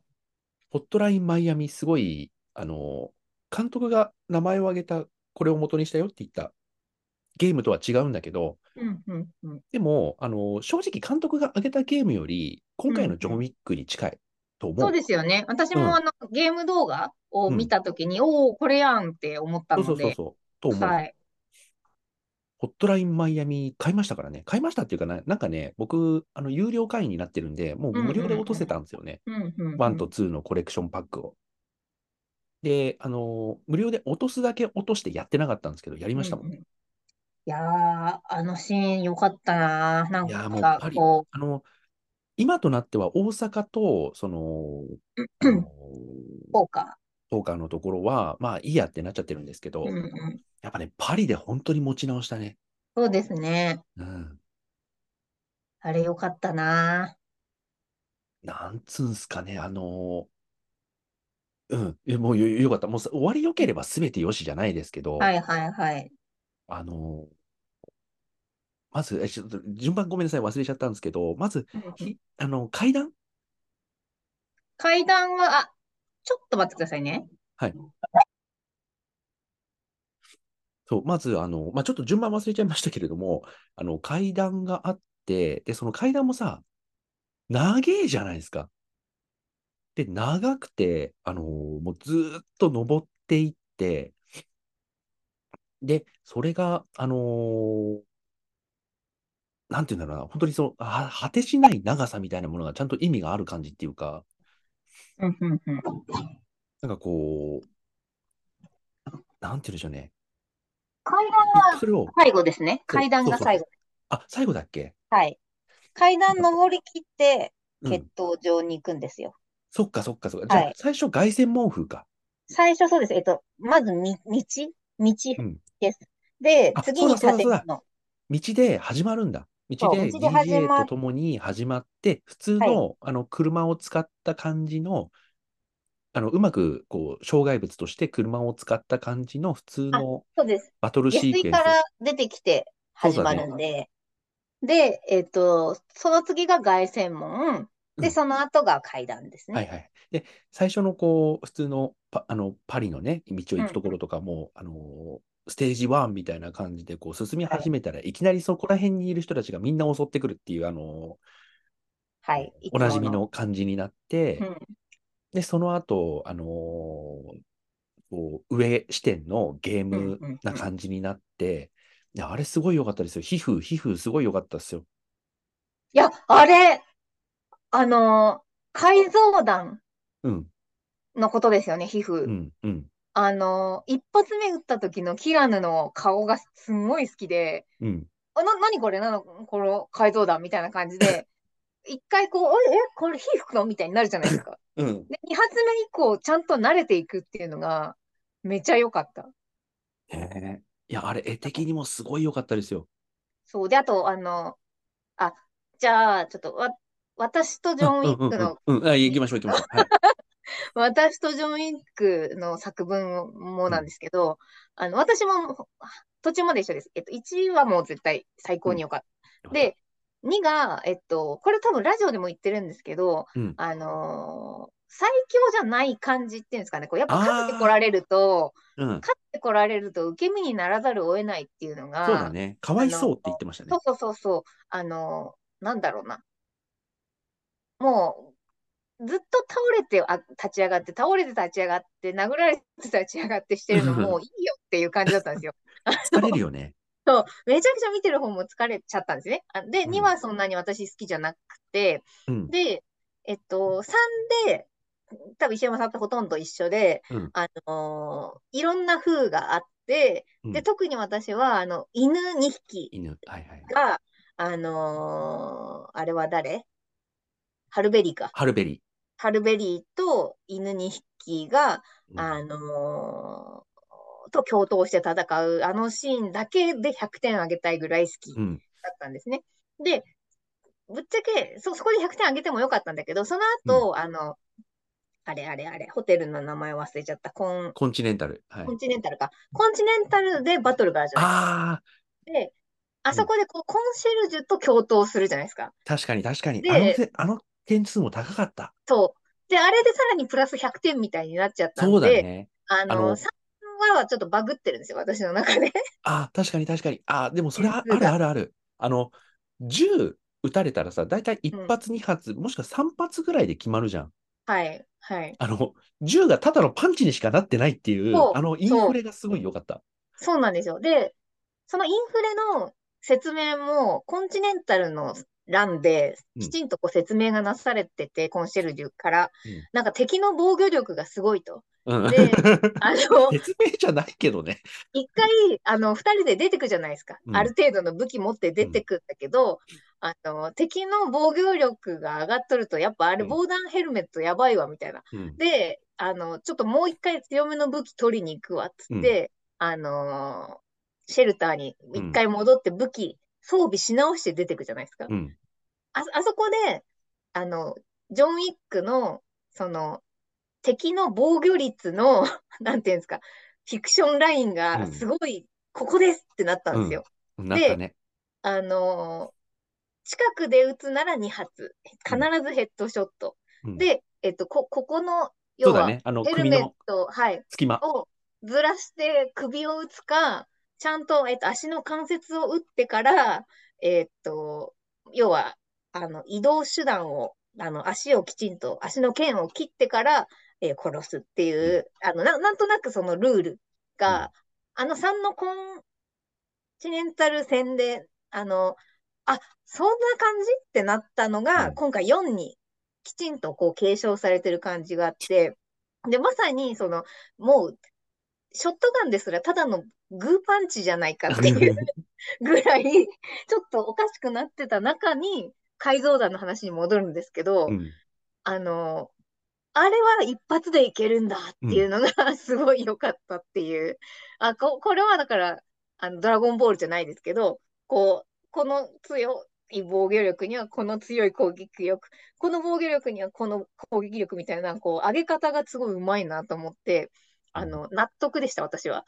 Speaker 1: ホットラインマイアミ、すごい、あの、監督が名前を挙げた、これを元にしたよって言ったゲームとは違うんだけど、
Speaker 2: うんうんうん。
Speaker 1: でも、あの、正直監督が挙げたゲームより、今
Speaker 2: う
Speaker 1: 回
Speaker 2: ん
Speaker 1: のジ
Speaker 2: う
Speaker 1: ョン・ウ
Speaker 2: ん。
Speaker 1: ィックに近いと
Speaker 2: そう
Speaker 1: 思
Speaker 2: ですよね。私
Speaker 1: う。う
Speaker 2: もあ
Speaker 1: ん、
Speaker 2: の、ゲーム動画を
Speaker 1: う
Speaker 2: 見
Speaker 1: ん。
Speaker 2: たときに、おお、これやんって思った
Speaker 1: そうそ
Speaker 2: の
Speaker 1: うそう
Speaker 2: で、
Speaker 1: そう、と思う。
Speaker 2: はい。
Speaker 1: ホットラインマイアミ買いましたからね。買いましたっていうかな、なんかね、僕、あの、有料会員になってるんで、もう
Speaker 2: うん
Speaker 1: 無料で落とせ
Speaker 2: う
Speaker 1: たんですよね。
Speaker 2: んうん。うんうんう
Speaker 1: 1と
Speaker 2: ん。
Speaker 1: 2のコレクションパックを。で、あの無料で落とすだけ落としてやってなかったんですけど、やり
Speaker 2: う
Speaker 1: ま
Speaker 2: ん
Speaker 1: したもん
Speaker 2: うん。
Speaker 1: ね。
Speaker 2: いやー、あのシーンよかったなー。ないん
Speaker 1: やーもう
Speaker 2: か、
Speaker 1: パリ、
Speaker 2: こ
Speaker 1: あの今となっては大阪と、その、
Speaker 2: う、
Speaker 1: あの
Speaker 2: こうか。
Speaker 1: ポーカーのところは、まあいいやってなっちゃってるんですけ
Speaker 2: うん
Speaker 1: ど、
Speaker 2: うん。
Speaker 1: やっぱね、パリで本当に持ち直したね。
Speaker 2: そうですね。
Speaker 1: うん。
Speaker 2: あれよかったな。
Speaker 1: なんつうんすかね、あのーうん、えもうよ、よかった。もうさ終わりよければ全てよしじゃないですけど、
Speaker 2: はいはいはい。
Speaker 1: あのーまず、えちょっと順番ごめんなさい、忘れちゃったんですけど、まず、
Speaker 2: うんうん
Speaker 1: ひ、あの、階段
Speaker 2: 階段は、あ、ちょっと待ってくださいね。
Speaker 1: はいそう、まず、あの、まあ、ちょっと順番忘れちゃいましたけれども、あの、階段があって、で、その階段もさ、長えじゃないですか。で、長くて、あのーもうずーっと登っていって、で、それが、あのーなんていうんだろうな、本当にその、は果てしない長さみたいなものがちゃんと意味がある感じっていうか、
Speaker 2: うんうんうん。
Speaker 1: なんかこう、なんていうんでしょうね。
Speaker 2: 階段
Speaker 1: で
Speaker 2: は
Speaker 1: それを、
Speaker 2: 最後ですね。
Speaker 1: そう
Speaker 2: 階段
Speaker 1: そう
Speaker 2: が
Speaker 1: そうそ
Speaker 2: 最
Speaker 1: う。
Speaker 2: 後。
Speaker 1: あ、最後だっけ
Speaker 2: はい。階段登り切って、
Speaker 1: う
Speaker 2: 決
Speaker 1: ん。
Speaker 2: 闘場に行くんですよ。
Speaker 1: そっかそっかそっか。じゃ
Speaker 2: は
Speaker 1: あ、
Speaker 2: い。
Speaker 1: 最初、凱旋門風か。
Speaker 2: 最初そうです。えっと、まずみ、道、道
Speaker 1: うん
Speaker 2: です。で、
Speaker 1: あ、
Speaker 2: 次
Speaker 1: そうだ
Speaker 2: に
Speaker 1: そう
Speaker 2: 建
Speaker 1: だそうだ。
Speaker 2: 物。
Speaker 1: 道で始まるんだ。道
Speaker 2: そう、
Speaker 1: で
Speaker 2: 道で始
Speaker 1: DJ
Speaker 2: ま
Speaker 1: と
Speaker 2: る。
Speaker 1: 共に始まって、普通
Speaker 2: はい。
Speaker 1: のあの車を使った感じの、あのうまくこう障害物として車を使った感じの普通
Speaker 2: あ、
Speaker 1: の
Speaker 2: そうです。
Speaker 1: バトル
Speaker 2: 下
Speaker 1: シー
Speaker 2: 水
Speaker 1: ケン
Speaker 2: か
Speaker 1: ス。
Speaker 2: ら出てきて
Speaker 1: そう
Speaker 2: 始
Speaker 1: だ
Speaker 2: ま
Speaker 1: ね。
Speaker 2: るんで、で、えっと、その次が凱旋門、
Speaker 1: う
Speaker 2: で、
Speaker 1: ん。
Speaker 2: その後が階段です
Speaker 1: はい
Speaker 2: ね。
Speaker 1: はい。で、最初のこう、普通のパ、あのパリのね、道を
Speaker 2: う
Speaker 1: 行
Speaker 2: ん、
Speaker 1: くところとかも、あのーステージ1みたいな感じでこう進み
Speaker 2: は
Speaker 1: 始
Speaker 2: い。
Speaker 1: めたらいきなりそこら辺にいる人たちがみんな襲ってくるっていう、あの
Speaker 2: は
Speaker 1: ー
Speaker 2: い。い
Speaker 1: お
Speaker 2: つ
Speaker 1: な
Speaker 2: も
Speaker 1: じみ
Speaker 2: の。
Speaker 1: の感じになっ
Speaker 2: う
Speaker 1: て、
Speaker 2: ん。
Speaker 1: で、その後、あのーこう上視点のゲー
Speaker 2: うん、
Speaker 1: ム
Speaker 2: うん、
Speaker 1: な
Speaker 2: うん。
Speaker 1: 感じになって、いやあれすごい良かったですよ。皮膚、皮膚すごい良かったですよ。
Speaker 2: いや、あれ、あのー改造弾
Speaker 1: うん、
Speaker 2: のことですよね、皮
Speaker 1: う
Speaker 2: 膚。
Speaker 1: ん、うん、
Speaker 2: あのー一発目撃った時のキラヌの顔がすんごい好きで、
Speaker 1: うん。
Speaker 2: あ、な、何これ、なの、この改造弾みたいな感じで、 一回こう、おいえ、これ皮膚のみたいになるじゃないで すか。
Speaker 1: うん。
Speaker 2: で、二発目以降、ちゃんと慣れていくっていうのが、めちゃ良かった。
Speaker 1: ねえいや、あれ、絵的にもすごい良かったですよ。
Speaker 2: そう。で、あと、あの、あ、じゃあ、ちょっと、わ、私とジ
Speaker 1: うん、
Speaker 2: ョン・ウ
Speaker 1: うん、
Speaker 2: ィッ
Speaker 1: う
Speaker 2: ク
Speaker 1: ん、
Speaker 2: の、
Speaker 1: うん、うん。あ、行きましょう、行きましょ う。はい。
Speaker 2: 私とジョン・ウィックの作文も
Speaker 1: う
Speaker 2: なん
Speaker 1: ん、
Speaker 2: ですけど、あの、私も途中まで一緒です。えっと、1はもう絶対最
Speaker 1: う
Speaker 2: 高
Speaker 1: ん。
Speaker 2: に良かった。
Speaker 1: よかった。
Speaker 2: で、2が、えっと、これ多分ラジオでも言ってるんですけど、
Speaker 1: うん。
Speaker 2: あのー最強じゃない感じっていうんですかね。こう、やっぱ勝ってこ
Speaker 1: あ
Speaker 2: られると、
Speaker 1: あ、うん。
Speaker 2: 勝ってこられると受け身にならざるを得ないっていうの
Speaker 1: そうだ
Speaker 2: が、
Speaker 1: ね。かわ
Speaker 2: あ
Speaker 1: い
Speaker 2: の、
Speaker 1: そうって言ってました
Speaker 2: そ
Speaker 1: ね。
Speaker 2: うそうそうそう、あの、なんだろうな。もう、ずっと倒れてあ立ち上がって、倒れて立ち上がって、殴られて立ち上がってしてるの もういいよっていう感じだったんですよ。あ
Speaker 1: 疲れる
Speaker 2: の、
Speaker 1: よ ね。
Speaker 2: そう、めちゃくちゃ見てる方も疲れちゃったんですね。あ、で、
Speaker 1: う
Speaker 2: 2
Speaker 1: ん、
Speaker 2: はそんなに私好きじゃなくて、
Speaker 1: うん、
Speaker 2: で、えっと、3で、多分石山さんとほとんど一緒で、
Speaker 1: うん、
Speaker 2: あのーいろんな風があって、
Speaker 1: う
Speaker 2: で、
Speaker 1: ん。
Speaker 2: 特に私は、あの、犬2匹
Speaker 1: 犬。はい、はい。
Speaker 2: が、あのーあれは誰ハルベリーか。
Speaker 1: ハルベリ
Speaker 2: ハルベリーと犬2匹が、
Speaker 1: ー。う
Speaker 2: あ
Speaker 1: ん。
Speaker 2: のーと共闘して戦う、あのシーンだけで100点あげたいぐらい好き
Speaker 1: うん。
Speaker 2: だったんですね。で、ぶっちゃけ、そ、そこで100点あげてもよかったんだけど、その
Speaker 1: うん。
Speaker 2: 後、あの、あれあれあれ、ホテルの名前忘れちゃった、コン、
Speaker 1: コンチネンタル。は
Speaker 2: コン
Speaker 1: い。
Speaker 2: チネンタルか。コンチネンタルでバトルがあるじゃな
Speaker 1: ああ、
Speaker 2: いですか。で、あ
Speaker 1: う
Speaker 2: そ
Speaker 1: ん。
Speaker 2: こでこう、コンシェルジュと共闘するじゃないですか。
Speaker 1: 確かに、確かに。あの
Speaker 2: で、
Speaker 1: せ、あの点数も高かった。
Speaker 2: そう。で、あれでさらにプラス100点みたいになっちゃった
Speaker 1: そうんだ
Speaker 2: で、
Speaker 1: ね。
Speaker 2: あ
Speaker 1: あ
Speaker 2: の、
Speaker 1: の、
Speaker 2: 3はちょっとバグってるんですよ、私の中で。
Speaker 1: あ、確かに確かに。あ、でもそれ
Speaker 2: 点
Speaker 1: あ、
Speaker 2: 数
Speaker 1: ある
Speaker 2: が。
Speaker 1: あるある。あの、10撃たれたらさ、だいたいう1
Speaker 2: ん。
Speaker 1: 発、2発、もしくは3発ぐらいで決まるじゃん。
Speaker 2: はい、はい。
Speaker 1: あの、銃がただのパンチにしかなってないっていう、
Speaker 2: そ
Speaker 1: あ
Speaker 2: う、
Speaker 1: の、イン
Speaker 2: そ
Speaker 1: フ
Speaker 2: う、
Speaker 1: レがすごい良かった。
Speaker 2: そうなんですよ。で、そのインフレの説明も、コンチネンタルの欄で、
Speaker 1: う
Speaker 2: き
Speaker 1: ん、
Speaker 2: ちんとこう説明がなされてて、コンシェルジュから、
Speaker 1: うん。
Speaker 2: なんか敵の防御力がすごいと。
Speaker 1: うん。
Speaker 2: で、あの、
Speaker 1: 説明じゃないけどね。
Speaker 2: 一回、あの、二人で出てくじゃないですか。
Speaker 1: う
Speaker 2: ある
Speaker 1: ん、
Speaker 2: 程度の武器持って
Speaker 1: う
Speaker 2: 出て
Speaker 1: ん、
Speaker 2: くんだけど、あの、敵の防御力が上がっとると、やっぱあれ
Speaker 1: うん、
Speaker 2: 防弾ヘルメットやばいわ、みたいな。
Speaker 1: うん、
Speaker 2: で、あの、ちょっともう一回強めの武器取りに行くわ、つっ
Speaker 1: うん、
Speaker 2: て、あのシェルターに
Speaker 1: う
Speaker 2: 一
Speaker 1: ん、
Speaker 2: 回戻って武器装備し直して出てくじゃないですか。
Speaker 1: うん。
Speaker 2: あ、あそこで、あの、ジョン・ウィックの、その、敵の防御率の、 なんていうんですか、フィクションライン
Speaker 1: う
Speaker 2: が
Speaker 1: ん
Speaker 2: すごい、ここですってなったんですよ。
Speaker 1: なったね。
Speaker 2: あのー近くで打つなら2発、必ずヘッドショット。
Speaker 1: うん、
Speaker 2: で、えっと、こ、ここの、
Speaker 1: そう
Speaker 2: 要
Speaker 1: だ
Speaker 2: は、
Speaker 1: ね。あの、
Speaker 2: ヘル
Speaker 1: 首
Speaker 2: メッ
Speaker 1: の
Speaker 2: ト、はい、
Speaker 1: 隙間。
Speaker 2: をずらして首を打つか、ちゃんと、えっと、足の関節を打ってから、えっと、要は、あの、移動手段を、あの、足をきちんと、足の腱を切ってから、えー殺すっていう、あの、な、なんとなくそのルールが、あの3のコンチネンタル戦で、あの、あ、そんな感じってなったのが、
Speaker 1: うん
Speaker 2: 今回4にきちんとこう継承されてる感じがあって、で、まさにその、もう、ショットガンですらただのグーパンチじゃないかっていうぐらい、ちょっとおかしくなってた中に、改造弾の話に戻るんですけ ど、
Speaker 1: うん、
Speaker 2: あの、あれは一発でいけるんだっていうのが すごい良かったっていう。あ、こ、これはだから、あの、ドラゴンボールじゃないですけど、こう、この強い防御力にはこの強い攻撃力、この防御力にはこの攻撃力みたいな、こう、上げ方がすごいうまいなと思って、あの、納得でした、私 は。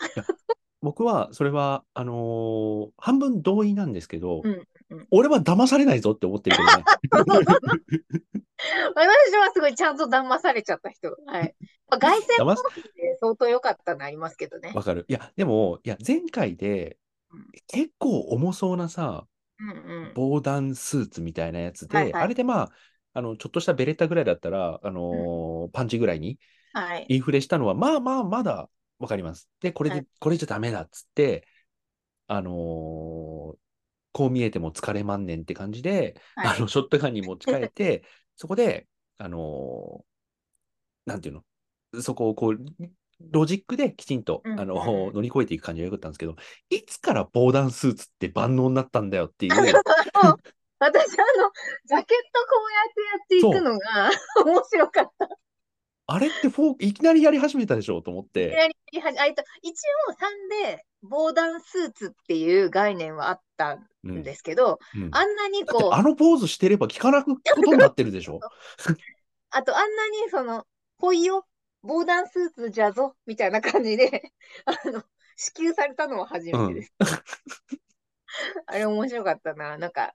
Speaker 1: 僕は、それは、あのー半分同意なんですけど、
Speaker 2: うんうん
Speaker 1: 俺は騙されないぞって思ってるけ どね。
Speaker 2: 私はすごいちゃんと騙されちゃった人。はい。まあ、凱旋
Speaker 1: 騙
Speaker 2: 門
Speaker 1: す
Speaker 2: で相当良かったのありますけどね。
Speaker 1: わかる。いや、でも、いや、前回で
Speaker 2: うん、
Speaker 1: 結構重そうなさ、
Speaker 2: うんうん。
Speaker 1: 防弾スーツみたいなやつで、
Speaker 2: はいはい
Speaker 1: あれでまあ、あの、ちょっとしたベレッタぐらいだったら、あのーパンチぐらいに
Speaker 2: はい。
Speaker 1: インフレしたのは、まあまあ、まだわかります。で、これで、
Speaker 2: はい
Speaker 1: これじゃダメだっつって、あのーこう見えても疲れまんねんって感じで、
Speaker 2: は
Speaker 1: あの、ショットガンに持ち替え て、そこで、あのーなんていうの、そこをこう、ロジックできちんと、
Speaker 2: うん
Speaker 1: あの
Speaker 2: うんうん
Speaker 1: 乗り越えていく感じが良かったんですけど、いつから防弾スーツって万能になったんだよっていう、
Speaker 2: あの私、あの、ジャケットこうやってやっていくのが面白かった。
Speaker 1: あれってフォーいきなりやり始めたでしょと思っ
Speaker 2: いき
Speaker 1: て、
Speaker 2: なり言い始めあえっと一応3で防弾スーツっていう概念はあった
Speaker 1: うん
Speaker 2: んですけど、
Speaker 1: うんだ
Speaker 2: あんなに
Speaker 1: って
Speaker 2: こう、
Speaker 1: あのポーズしてれば効かなくことになってるでしょ
Speaker 2: あとあんなにその、ほいよ、防弾スーツじゃぞ、みたいな感じで、 あの、支給されたのは初めてです。あれ面白かったな。なんか、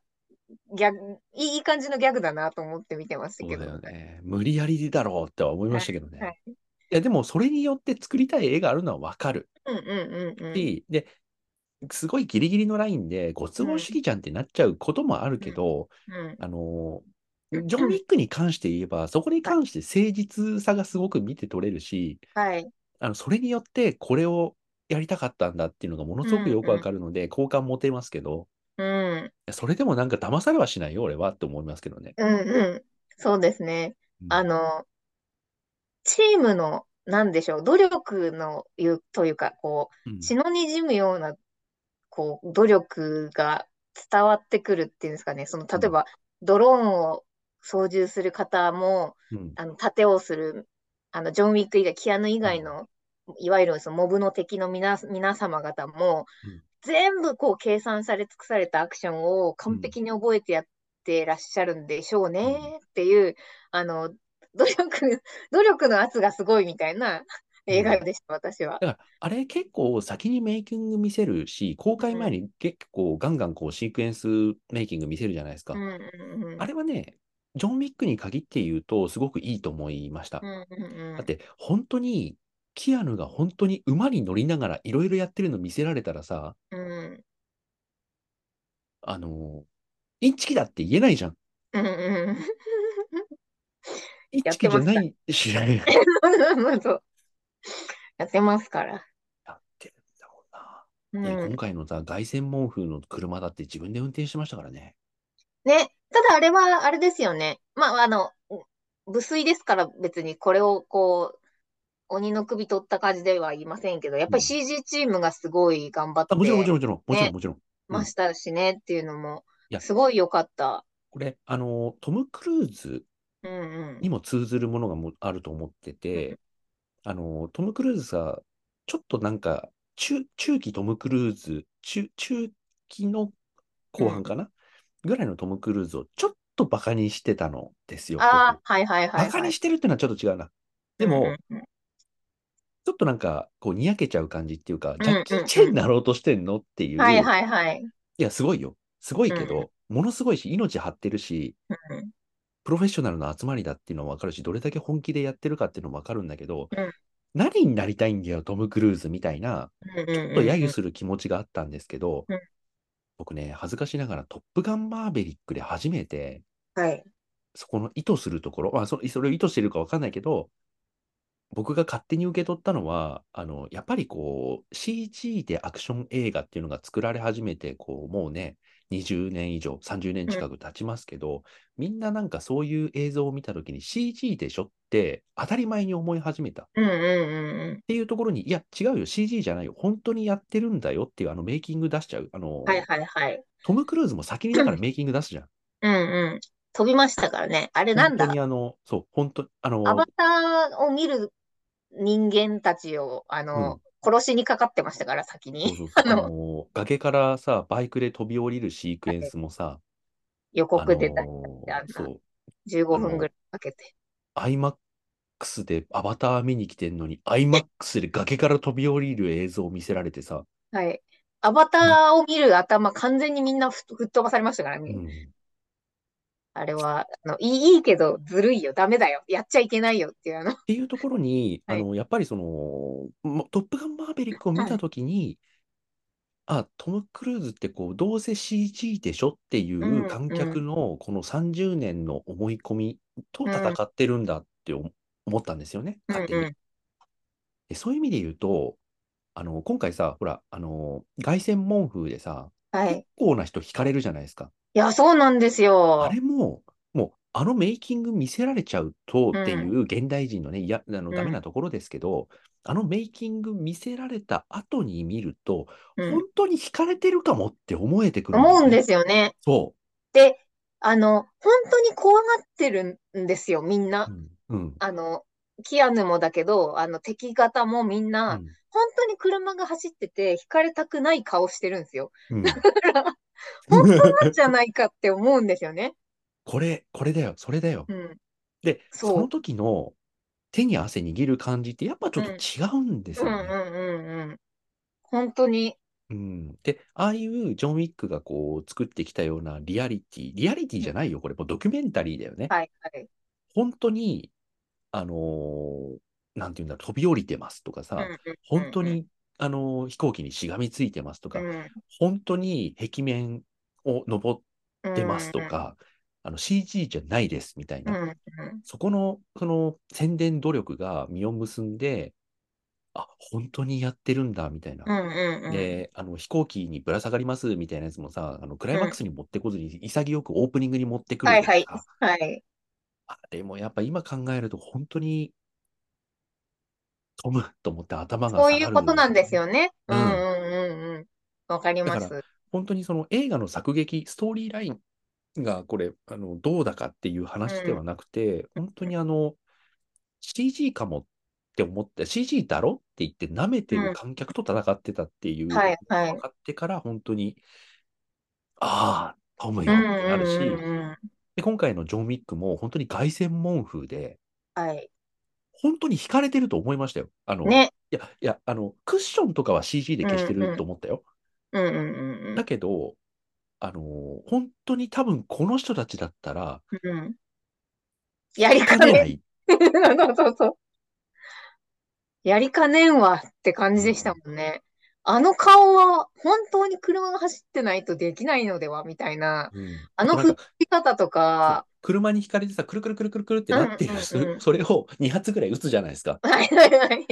Speaker 2: ギャグ、いいいい感じのギャグだなと思って見てました
Speaker 1: そ
Speaker 2: け
Speaker 1: う
Speaker 2: ど。
Speaker 1: だよね。無理やりだろうっては思いましたけどね。
Speaker 2: はいはい
Speaker 1: いや、でもそれによって作りたい絵があるのはわかる
Speaker 2: うんうんうんうん。
Speaker 1: し、で、すごいギリギリのラインでご都合主義じゃんってなっちゃうこともあるけど、
Speaker 2: うん
Speaker 1: あの、ジョン・ウィックに関して言えば、そこに関して誠実さがすごく見て取れるし、
Speaker 2: はい。
Speaker 1: あのそれによってこれをやりたかったんだっていうのがものすごくよくわかるので、好感持てますけど、
Speaker 2: うん。
Speaker 1: いやそれでもなんか騙されはしないよ、俺はって思いますけどね。
Speaker 2: うんうん。そうですね。
Speaker 1: うん
Speaker 2: あの、チームの、なんでしょう、努力のいう、というか、こ
Speaker 1: う
Speaker 2: う、
Speaker 1: ん
Speaker 2: 血の滲むような、こう、努力が伝わってくるっていうんですかね。その、例えば、ドローンを操縦する方も、
Speaker 1: うん
Speaker 2: あの、盾をする、あの、ジョン・ウィック以外、キアヌ以外の、いわゆるそのモブの敵の皆、皆様方も
Speaker 1: うん、
Speaker 2: 全部こう計算され尽くされたアクションを完璧に覚えてやってらっしゃるんでしょうねっていう、あの、努力、努力の圧がすごいみたいな映画でした、私は。
Speaker 1: だから、あれ結構先にメイキング見せるし、公開前に結構ガンガンこうシークエンスメイキング見せるじゃないですか
Speaker 2: うん。うんうん。
Speaker 1: あれはね、ジョン・ウィックに限って言うと、すごくいいと思いました
Speaker 2: う。んうんうん
Speaker 1: だって、本当に、キアヌが本当に馬に乗りながらいろいろやってるの見せられたらさ、
Speaker 2: うん
Speaker 1: あの、インチキだって言えないじゃん。
Speaker 2: うんうん
Speaker 1: インチキじゃない し、やっ
Speaker 2: うん。 そうやってますから。
Speaker 1: てるんだもんな。
Speaker 2: う
Speaker 1: ね
Speaker 2: ん
Speaker 1: 今回のさ、凱旋門風の車だって自分で運転してましたからね。
Speaker 2: ね、ただあれは、あれですよね。まあ、あの、無粋ですから別にこれをこう、鬼の首取った感じでは言いませんけど、やっぱ
Speaker 1: うん
Speaker 2: り CG チームがすごい頑張っ
Speaker 1: あ、もちろん、もち
Speaker 2: て
Speaker 1: ろん、もちろん、もちろん、
Speaker 2: ね
Speaker 1: もちろん。
Speaker 2: ましたしねっていうのも
Speaker 1: い、や
Speaker 2: すごい良かった。
Speaker 1: これ、あの、トム・クルーズ
Speaker 2: うんうん。
Speaker 1: にも通ずるものがもあると思ってて、あの、トム・クルーズさ、ちょっとなんか、中、中期トム・クルーズ、中、中期の後半かな、ぐらいのトム・クルーズをちょっととバカにしてたのですよ。
Speaker 2: ああ、はいはいはい、は
Speaker 1: バ
Speaker 2: い。
Speaker 1: カにしてるっていうのはちょっと違うな。でも、
Speaker 2: うんうんうん、
Speaker 1: ちょっとなんか、こう、にやけちゃう感じっていうか、
Speaker 2: ん
Speaker 1: ジャッキー・チェンになろうとしてんのっていう。
Speaker 2: はいはいはい。
Speaker 1: いや、すごいよ。すごいけ
Speaker 2: う
Speaker 1: ど、ものすごいし、命張ってるし、
Speaker 2: うん
Speaker 1: プロフェッショナルの集まりだっていうのもわかるし、どれだけ本気でやってるかっていうのもわかるんだけど、
Speaker 2: うん
Speaker 1: 何になりたいんだよ、トム・クルーズみたいな、
Speaker 2: うんうん
Speaker 1: ち
Speaker 2: う
Speaker 1: ょ
Speaker 2: ん
Speaker 1: っと揶揄する気持ちがあったんですけど、
Speaker 2: うん
Speaker 1: 僕ね、恥ずかしながら、トップガン・マーベリックで初めて、
Speaker 2: はい。
Speaker 1: そこの意図するところ、まあ、そそれを意図してるかわかんないけど、僕が勝手に受け取ったのは、あの、やっぱりこう、CG でアクション映画っていうのが作られ始めて、こう、もうね、20年以上、30年近く経ちますけど、みんななんかそういう映像を見たときに CG でしょって当たり前に思い始めたっ
Speaker 2: うんうんうんうん。
Speaker 1: ていうところに、いや、違うよ、CG じゃないよ、本当にやってるんだよっていう、あの、メイキング出しちゃう。あの、
Speaker 2: はいはいはい。
Speaker 1: トム・クルーズも先にだからメイキング出すじゃん。
Speaker 2: うんうん。飛びましたからね。あれなん
Speaker 1: 本当
Speaker 2: だ
Speaker 1: にあの、そう、本当、あの、
Speaker 2: アバターを見る人間たちを、あの、
Speaker 1: うん
Speaker 2: 殺しにかかってましたから、先
Speaker 1: そう
Speaker 2: に。
Speaker 1: そうそう。
Speaker 2: あ
Speaker 1: あ
Speaker 2: の
Speaker 1: の、崖からさ、バイクで飛び降りるシークエンスもさ、
Speaker 2: 予
Speaker 1: あ
Speaker 2: 告でだ、あん
Speaker 1: の
Speaker 2: な
Speaker 1: そう、
Speaker 2: 15
Speaker 1: あの
Speaker 2: 分ぐらいかけて。
Speaker 1: IMAX でアバター見に来てんのに、IMAX で崖から飛び降りる映像を見せられてさ、
Speaker 2: はい。アバターを見る頭、完全にみんなふ吹っ飛ばされましたから
Speaker 1: う
Speaker 2: ね。
Speaker 1: ん、
Speaker 2: あれは、あの、いい、いいけど、ずるいよ、ダメだよ、やっちゃいけないよっていう、あの、
Speaker 1: っていうところに、
Speaker 2: はい
Speaker 1: あの、やっぱりその、もトップガンマーベリックを見たときに、あ、トム・クルーズってこう、どうせ CG でしょってい
Speaker 2: うんう
Speaker 1: うん観客のこの30年の思い込みと戦ってるんだって思思ったんですよね、
Speaker 2: うん
Speaker 1: 勝手に
Speaker 2: う。ん。
Speaker 1: でそういう意味で言うと、あの、今回さ、ほら、あの、凱旋門風でさ、
Speaker 2: はい。
Speaker 1: 結構な人惹かれるじゃないですか。
Speaker 2: いや、そうなんですよ。
Speaker 1: あれも、もう、あのメイキング見せられちゃうと
Speaker 2: うん
Speaker 1: っていう現代人のね、いや、あの、
Speaker 2: ん
Speaker 1: ダメなところですけど、あのメイキング見せられた後に見ると、
Speaker 2: うん
Speaker 1: 本当に惹かれてるかもって思えてくるんだよね
Speaker 2: 思うんですよね。
Speaker 1: そ
Speaker 2: で、あの、本当に怖がってるんですよ、みん
Speaker 1: う。う
Speaker 2: な。
Speaker 1: ん。うん。
Speaker 2: あの、キアヌもだけど、あの、敵方もみんな、本当に車が走ってて、惹かれたくない顔してるんですよ。
Speaker 1: うん。
Speaker 2: 本
Speaker 1: うん
Speaker 2: じゃないかって思うんですよね。
Speaker 1: これ、これだよ、それだよ。
Speaker 2: うん。
Speaker 1: で、
Speaker 2: そう
Speaker 1: その時の手に汗握る感じって、やっぱちょっと違うんです
Speaker 2: うんう
Speaker 1: よね。
Speaker 2: んうんうん。本当に。
Speaker 1: うん、で、ああいうジョン・ウィックがこう作ってきたようなリアリティ、リアリティじゃないよ、これ、もうドキュメンタリーだよね。
Speaker 2: はいはい。
Speaker 1: 本当に、あのーなんていうんだろう、飛び降りてますとかさ、
Speaker 2: うん
Speaker 1: 本当に、あのー飛行機にしがみついてますと
Speaker 2: う
Speaker 1: か、
Speaker 2: んうん。
Speaker 1: 本当に壁面を登ってますとか、あの CG じゃないですみたい
Speaker 2: うん
Speaker 1: な、
Speaker 2: うん
Speaker 1: そこの、その宣伝努力が実を結んで、あ、本当にやってるんだみたいな
Speaker 2: うん。う。んうんうん。
Speaker 1: で、あの飛行機にぶら下がりますみたいなやつもさ、あのクライマックスに持ってこずに、潔くオープニングに持ってくる
Speaker 2: は
Speaker 1: と
Speaker 2: い
Speaker 1: かさ、
Speaker 2: はい。はい。
Speaker 1: あでもやっぱ今考えると、本当に飛ぶと思って頭が下
Speaker 2: そ
Speaker 1: が
Speaker 2: う
Speaker 1: る、
Speaker 2: いうことなんです。よね。う
Speaker 1: うんん
Speaker 2: うんうんうん。わかりま
Speaker 1: だか
Speaker 2: す。
Speaker 1: 本当にその映画の作劇、ストーリーラインがこれ、あのどうだかっていう話ではなくて、
Speaker 2: うん
Speaker 1: 本当にあの CG かもって思って、CG だろって言って、舐めてる観客と戦ってたっていう、
Speaker 2: はいはい
Speaker 1: 分。かってから、本当に、ああ、飛ぶ
Speaker 2: う
Speaker 1: よ
Speaker 2: ん
Speaker 1: っ
Speaker 2: う
Speaker 1: てなるし、
Speaker 2: んうんうん。
Speaker 1: で、今回のジョン・ウィックも本当に凱旋門風で、
Speaker 2: はい。
Speaker 1: 本当に惹かれてると思いましたよ。あの、
Speaker 2: ね。
Speaker 1: いや、いや、あの、クッションとかは CG で消してると思ったよ。
Speaker 2: うんうんうん
Speaker 1: だけど、あのー本当に多分この人たちだったら、
Speaker 2: うん。うん。やり
Speaker 1: 惹
Speaker 2: か
Speaker 1: かれな
Speaker 2: ね
Speaker 1: い。
Speaker 2: ん。 そうそうそう。やりかねんわって感じでしたもんね。あの顔は本当に車が走ってないとできないのではみたいな。
Speaker 1: うん
Speaker 2: あの
Speaker 1: となん
Speaker 2: 振
Speaker 1: か
Speaker 2: り方とか、
Speaker 1: 車に惹かれてさ、くるくるくるくるくるってなって
Speaker 2: うん
Speaker 1: る、
Speaker 2: うんうん
Speaker 1: それそれを2発ぐらい撃つじゃないですか。
Speaker 2: はいはいはい。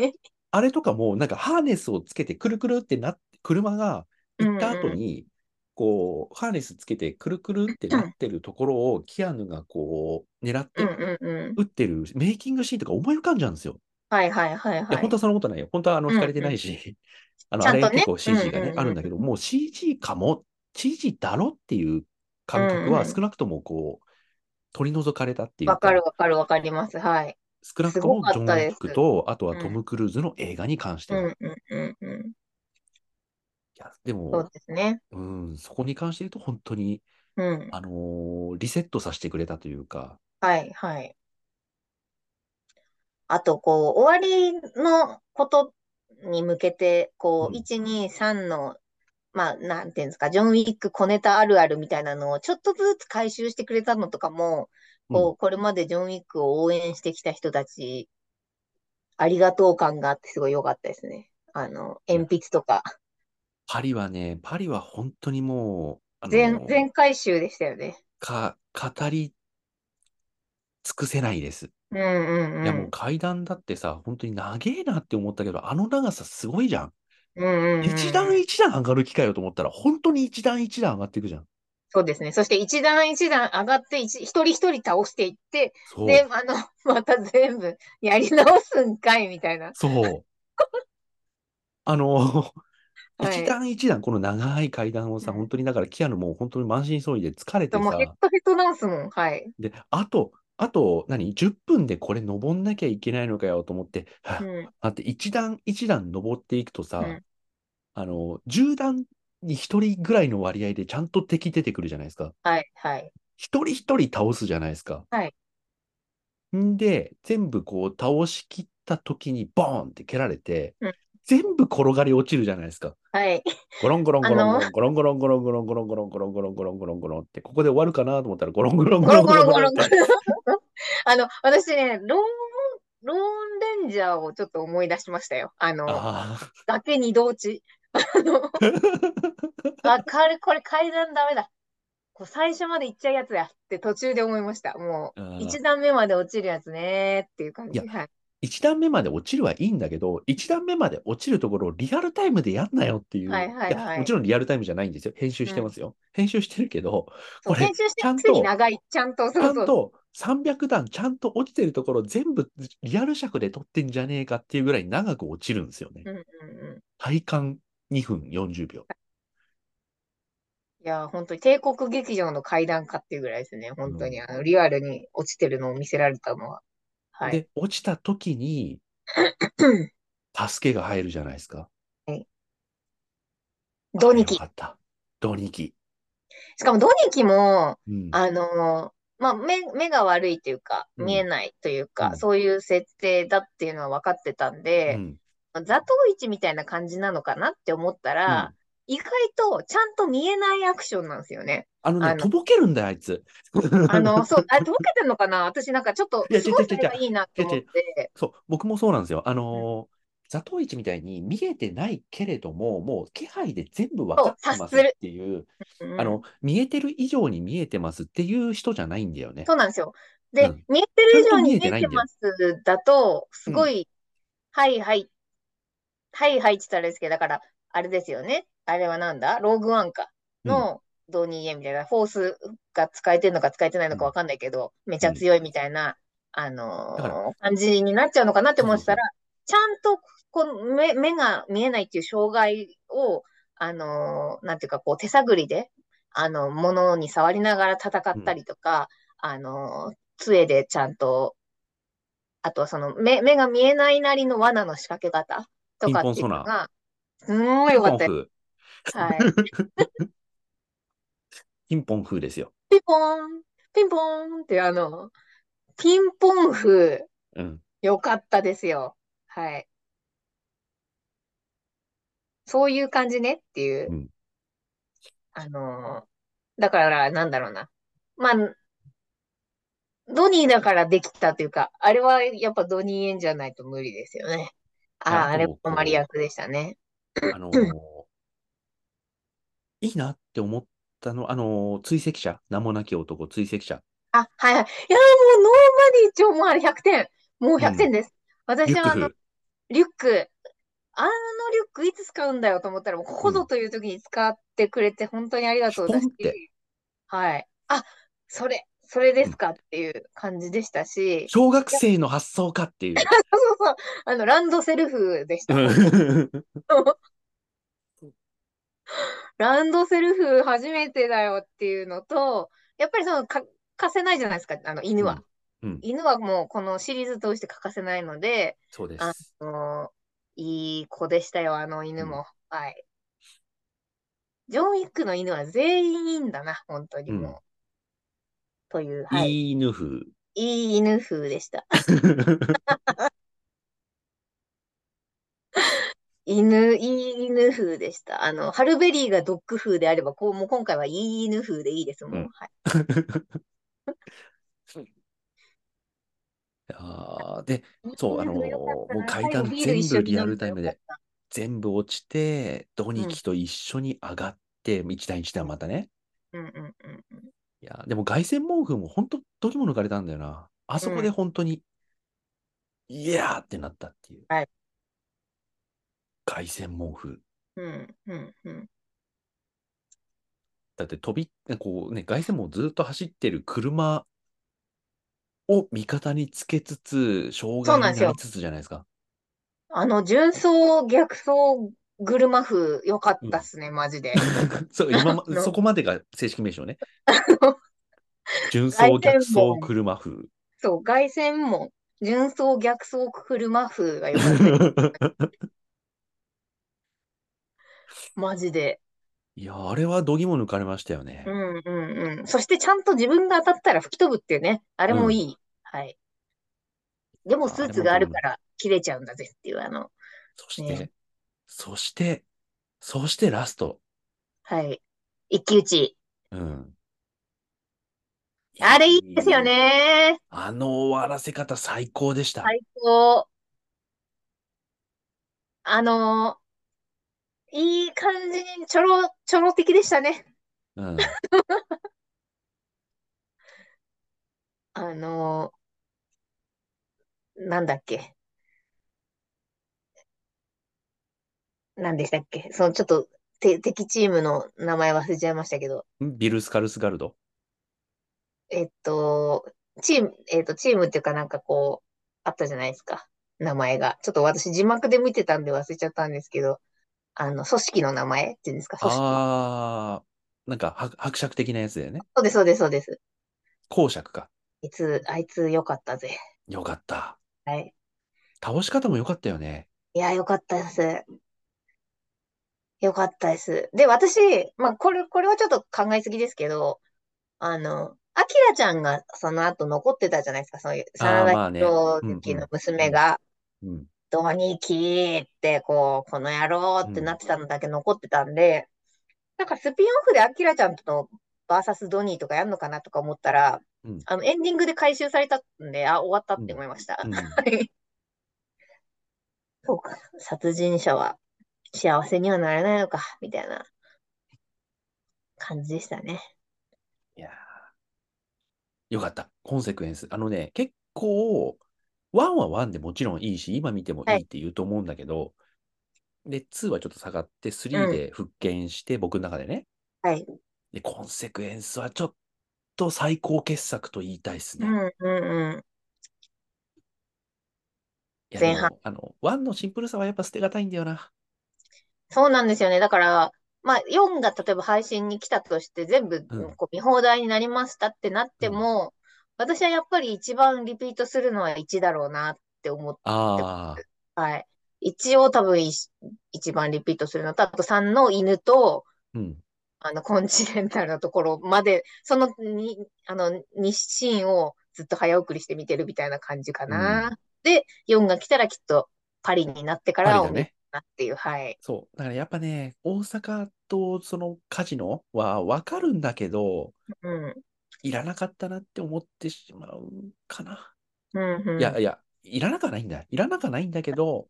Speaker 1: あれとかも、なんかハーネスをつけて、くるくるってなって、車が行った後に、こう、ハーネスつけて、くるくるってなってるところを、キアヌがこう、狙っ
Speaker 2: うん
Speaker 1: て
Speaker 2: うんうん。
Speaker 1: 撃ってるメイキングシーンとか思い浮かんじゃうんですよ。
Speaker 2: はいはいはい
Speaker 1: いや、
Speaker 2: はい。
Speaker 1: 本当はそんなことないよ。本当はあの、
Speaker 2: うんうん
Speaker 1: 惹かれてないし、あの、
Speaker 2: ちゃ
Speaker 1: あ
Speaker 2: ん
Speaker 1: れ
Speaker 2: とね
Speaker 1: 結構 CG が
Speaker 2: うんうん
Speaker 1: ね
Speaker 2: う、ん
Speaker 1: あるんだけど、もう CG かも、CG だろっていう感覚
Speaker 2: う
Speaker 1: は
Speaker 2: んうん
Speaker 1: 少なくともこう、取り除かれたっていう
Speaker 2: わかる
Speaker 1: か、
Speaker 2: わかるわかります。はい。
Speaker 1: 少なくと
Speaker 2: す
Speaker 1: も
Speaker 2: ごか
Speaker 1: ジョ
Speaker 2: っ
Speaker 1: ン・ウ
Speaker 2: た
Speaker 1: ィ
Speaker 2: です
Speaker 1: ックと、あとは
Speaker 2: うん
Speaker 1: トム・クルーズの映画に関して
Speaker 2: う
Speaker 1: は。
Speaker 2: ん
Speaker 1: い
Speaker 2: うんうんうん。
Speaker 1: や、でも、
Speaker 2: そうですね。
Speaker 1: うん、そこに関して言うと、本当に
Speaker 2: うん。
Speaker 1: あのーリセットさせてくれたというか、
Speaker 2: はい、はい。あと、こう、終わりのことに向けて、こ
Speaker 1: うん
Speaker 2: う、1、2、3の、まあ、なんていうんですか、ジョン・ウィック小ネタあるあるみたいなのを、ちょっとずつ回収してくれたのとかも、こう、これまでジョン・ウィックを応援してきた人たち、ありがとう感があって、すごい良かったですね。あの、鉛筆とか、
Speaker 1: パリはね、パリは本当にもう、あの
Speaker 2: 全、
Speaker 1: ー
Speaker 2: 全回収でしたよね。
Speaker 1: か、語り尽くせないです。
Speaker 2: うんうん
Speaker 1: いやも
Speaker 2: う。
Speaker 1: うん階段だってさ、本当に長えなって思ったけど、あの長さすごいじゃん。
Speaker 2: うんうんうん
Speaker 1: 一段一段上がる機会よと思ったら、本当に一段一段上がっていくじゃん。
Speaker 2: そうですね。そして一段一段上がって、一、一人一人倒していって、
Speaker 1: そう。
Speaker 2: で、あの、 また全部やり直すんかい、みたいな。
Speaker 1: そう。あの、
Speaker 2: はい
Speaker 1: 一段一段、この長い階段をさ、
Speaker 2: うん
Speaker 1: 本当にだから、キアヌもう本当に満身創痍で疲れて
Speaker 2: もうヘッ
Speaker 1: さ、
Speaker 2: ドヘッドなんすもん。はい。
Speaker 1: で、あと、あと、何 ?10 分でこれ登んなきゃいけないのかよと思って、
Speaker 2: う
Speaker 1: はぁ
Speaker 2: ん。
Speaker 1: 待って、一段一段登っていくとさ、
Speaker 2: うん
Speaker 1: あの、10段に1人ぐらいの割合でちゃんと敵出てくるじゃないですか。
Speaker 2: はい。はい。
Speaker 1: 一人一人倒すじゃないですか。
Speaker 2: はい
Speaker 1: んで、全部こう倒しきった時にボーンって蹴られて、
Speaker 2: うん
Speaker 1: 全部転がり落ちるじゃないですか。
Speaker 2: はい。
Speaker 1: ゴロンゴロンゴロ
Speaker 2: あの
Speaker 1: ンゴロンゴロンゴロンゴロンゴロンゴロンゴロンゴロンゴロンゴロンゴロンゴロンって、ここで終わるかなと思ったら、ゴロンゴロンゴ
Speaker 2: ゴ
Speaker 1: ロ
Speaker 2: ロ
Speaker 1: ン
Speaker 2: ゴ
Speaker 1: ゴロンゴロ
Speaker 2: ロゴ
Speaker 1: ン
Speaker 2: ロ
Speaker 1: っ
Speaker 2: ゴロ
Speaker 1: て。。
Speaker 2: あの、私ね、ローン、ローンレンジャーをちょっと思い出しましたよ。あの、
Speaker 1: ああ。
Speaker 2: 崖に同地。あの、あ、これ、これ階段ダメだ。こう最初まで行っちゃうやつやって途中で思いました。も
Speaker 1: あ
Speaker 2: う、
Speaker 1: ー
Speaker 2: 一段目まで落ちるやつねーっていう感じ。
Speaker 1: い
Speaker 2: はい。
Speaker 1: 一段目まで落ちるはいいんだけど、一段目まで落ちるところをリアルタイムでやんなよっていう。
Speaker 2: はいはいはい
Speaker 1: や、もちろんリアルタイムじゃないんですよ。編集してますよ。編集してるけど、
Speaker 2: そう、
Speaker 1: これ
Speaker 2: 編集して
Speaker 1: ちゃ
Speaker 2: る
Speaker 1: ん
Speaker 2: くせに
Speaker 1: と
Speaker 2: 長い。ちゃんと、
Speaker 1: ち
Speaker 2: そ
Speaker 1: ゃ
Speaker 2: うんそう。
Speaker 1: と300段ちゃんと落ちてるところ全部リアル尺で撮ってんじゃねえかっていうぐらい長く落ちるんですよね。
Speaker 2: うんうんうん。
Speaker 1: 体感2分40秒。
Speaker 2: いやー、本当に帝国劇場の階段かっていうぐらいですね。本当に、あの、リアルに落ちてるのを見せられたのは。はい。
Speaker 1: で、落ちた時に助けが入るじゃないです か。
Speaker 2: ドニキ。
Speaker 1: あよかった。ドニキ。
Speaker 2: しかもドニキも、
Speaker 1: うん。
Speaker 2: あのーまあ、目、目が悪いというか、
Speaker 1: うん
Speaker 2: 見えないという
Speaker 1: う
Speaker 2: か、
Speaker 1: ん
Speaker 2: そういう設定だっていうのは分かってたん
Speaker 1: う
Speaker 2: で、
Speaker 1: ん。
Speaker 2: 座頭市みたいな感じなのかなって思ったら、意外とちゃんと見えないアクションなんですよね。
Speaker 1: あのね、
Speaker 2: あの
Speaker 1: とぼけるんだよ、あいつ。
Speaker 2: あの、そう、あれ、とぼけてんのかな私なんかちょっと、
Speaker 1: いや
Speaker 2: すご
Speaker 1: 違
Speaker 2: いうそれがいいなと思って。
Speaker 1: そう、僕もそうなんですよ。あのー座頭市みたいに見えてないけれども、もう気配で全部分かってますっていう、
Speaker 2: うん
Speaker 1: あの、見えてる以上に見えてますっていう人じゃないんだよね。
Speaker 2: そうなんですよ。で、
Speaker 1: うん
Speaker 2: 見えてる以上に
Speaker 1: ちゃんと見えてないんだよ
Speaker 2: ますだと、すごい、はいはい、はいはいって言ったらあれですけど、だから、あれですよね。あれはなんだローグワンか。のドニーイエみたいな、フォースが使えてるのか使えてないのかわかんないけど、めちゃ強いみたいな、あの
Speaker 1: だか
Speaker 2: ー感じになっちゃうのかなって思ってたら、ちゃんとこの目目が見えないっていう障害を、あのーなんていうか、こう手探りで、あの、ものに触りながら戦ったりとか、あのー杖でちゃんと、あとはその目、目が見えないなりの罠の仕掛け方とかっていうのが、すんごい良か
Speaker 1: ポ
Speaker 2: っ
Speaker 1: ン
Speaker 2: たよ。
Speaker 1: 風、
Speaker 2: はい。
Speaker 1: ピンポン風ですよ。
Speaker 2: ピンポーン、ピンポーンってあの、ピンポン風、
Speaker 1: うん。
Speaker 2: 良かったですよ。はい。そういう感じねっていうう。
Speaker 1: ん
Speaker 2: あのー、だから、なんだろうな。まあ、ドニーだからできたというか、あれはやっぱドニーエンじゃないと無理ですよね。ああ、
Speaker 1: あ
Speaker 2: あ
Speaker 1: と
Speaker 2: れ
Speaker 1: こう
Speaker 2: もマリア役でしたね。
Speaker 1: あのーいいなって思ったの、あのー追跡者、名もなき男、追跡者。
Speaker 2: あ、はいはい。いやー、もうノーマディ一応もうあれ100点。もう100点です。
Speaker 1: リュ
Speaker 2: 私
Speaker 1: ッ
Speaker 2: は
Speaker 1: ク
Speaker 2: あの、
Speaker 1: 風。
Speaker 2: リュック、あのリュックいつ使うんだよと思ったら、もうここぞという時に使ってくれて、本当にありがとうだし、
Speaker 1: スポンって
Speaker 2: はい。あ、それ、それですかっていう感じでした し、
Speaker 1: 小学生の発想か っていう。
Speaker 2: そうそうそう、あの、ランドセルフでした。ランドセルフ初めてだよっていうのと、やっぱりその、か欠かせないじゃないですか、あの、犬は。
Speaker 1: うんうん
Speaker 2: 犬はもうこのシリーズ通して欠かせないので、
Speaker 1: そうで
Speaker 2: あ
Speaker 1: す。
Speaker 2: の、いい子でしたよ、あの犬も。はい。ジョン・ウィックの犬は全員いいんだな、本当にもう。
Speaker 1: うん
Speaker 2: という、はい。い
Speaker 1: いい犬風。
Speaker 2: い犬風 でした。犬、いい犬風でした。あの、ハルベリーがドッグ風であれば、こう、もう今回はいい犬風でいいですもん。
Speaker 1: うん
Speaker 2: はい。
Speaker 1: あーで、そう、あのー
Speaker 2: いい犬風よかった
Speaker 1: も
Speaker 2: な
Speaker 1: う階段
Speaker 2: 最後ビール一緒に飲
Speaker 1: 全部
Speaker 2: ん
Speaker 1: リアルタイムで
Speaker 2: よかっ
Speaker 1: 全部落ちて、土日と一緒に上がって、一台一台またね。
Speaker 2: たうんうんうんうん。
Speaker 1: いや、でも凱旋門風も本当、どぎも抜かれたんだよな。あそこで本当に、いやーってなったっていう。
Speaker 2: はい
Speaker 1: 凱旋門風。
Speaker 2: うんうんうん。
Speaker 1: だって飛び、こうね、凱旋門をずっと走ってる車を味方につけつつ、障
Speaker 2: そう
Speaker 1: 害
Speaker 2: なん
Speaker 1: に
Speaker 2: ですよ
Speaker 1: なりつつじゃないですか。
Speaker 2: あの、純走、逆走、車風、よかったっすね、マジで。
Speaker 1: そう今ま
Speaker 2: あの
Speaker 1: そこまでが正式名称ね
Speaker 2: の。
Speaker 1: 純走
Speaker 2: 凱旋
Speaker 1: 逆走
Speaker 2: 門
Speaker 1: 車風。
Speaker 2: そう、凱旋門、純走、逆走、車風がよかった。 マジで。
Speaker 1: いや、あれは度肝抜かれましたよね
Speaker 2: う。んうんうん。そしてちゃんと自分が当たったら吹き飛ぶっていうね。あれもいい。はい。でもスーツがあるから切れちゃうんだぜっていう、あの、
Speaker 1: そして、
Speaker 2: ね
Speaker 1: そして、そしてラスト。
Speaker 2: はい。一騎打ち。
Speaker 1: うん。
Speaker 2: あれいいですよ。ね。
Speaker 1: あの終わらせ方最高でした。
Speaker 2: 最高。あのーいい感じにちょろ、ちょろ的でしたね。
Speaker 1: うん。
Speaker 2: あのーなんだっけ。なんでしたっけ。そのちょっと、て、敵チームの名前忘れちゃいましたけど。
Speaker 1: ビルスカルスガルド。
Speaker 2: えっと、チーム、えっと、チームっていうかなんかこう、あったじゃないですか。名前が。ちょっと私字幕で見てたんで忘れちゃったんですけど、あの、組織の名前っていうんですか、組織。
Speaker 1: あー、なんか伯伯爵的なやつだよね。
Speaker 2: そうです、そうです、そうです。
Speaker 1: 公爵か。
Speaker 2: いつ、あいつ良かったぜ。
Speaker 1: よかった。
Speaker 2: はい。
Speaker 1: 倒し方もよかったよね。
Speaker 2: いや、良かったです。良かったです。で、私、まあ、これ、これはちょっと考えすぎですけど、あの、アキラちゃんがその後残ってたじゃないですか、そういう、
Speaker 1: あー
Speaker 2: 真田
Speaker 1: まあね
Speaker 2: 広
Speaker 1: うん
Speaker 2: 之
Speaker 1: うん
Speaker 2: の娘が。
Speaker 1: うん。
Speaker 2: どうにきって、こう、この野郎ってなってたのだけ残ってたんで、なんかスピンオフでアキラちゃんとのバーサスドニーとかやんのかなとか思ったら、
Speaker 1: うん
Speaker 2: あの、エンディングで回収されたんで、あ、終わったって思いました。
Speaker 1: うん
Speaker 2: はいそうか、殺人者は幸せにはなれないのか、みたいな感じでしたね。
Speaker 1: いやーよかった。コンセクエンス。あのね、結構、ワンはワンでもちろんいいし、今見てもいいって言うと思うんだけど、で、ツーはちょっと下がって、スリーで復権して、僕の中でね。
Speaker 2: はい。
Speaker 1: で、コンセクエンスはちょっと最高傑作と言いたいです
Speaker 2: う
Speaker 1: ね。
Speaker 2: ん
Speaker 1: い
Speaker 2: うんうん。
Speaker 1: や
Speaker 2: 前半
Speaker 1: でもあの、ワンのシンプルさはやっぱ捨てがたいんだよな。
Speaker 2: そうなんですよね。だから、まあ、4が例えば配信に来たとして、全部
Speaker 1: うん
Speaker 2: こう見放題になりましたってなっても、私はやっぱり一番リピートするのは1だろうなって思っ
Speaker 1: ああ、
Speaker 2: はい。一を多分い一番リピートするのと、あと3の犬と、
Speaker 1: うん。
Speaker 2: あの、コ ンチネンタルのところまで、そのに、あの、2シーンをずっと早送りして見てるみたいな感じかな。
Speaker 1: う
Speaker 2: で、4が来たらきっとパリになってか
Speaker 1: パリ
Speaker 2: ら
Speaker 1: だね。
Speaker 2: なっていう、はい。
Speaker 1: そう。だからやっぱね、大阪とそのカジノはわかるんだけど、
Speaker 2: うん。
Speaker 1: いらなかったなって思ってしまうかな。
Speaker 2: うん、うん。
Speaker 1: いやいや、いらなくはないんだ。いらなくはないんだけど、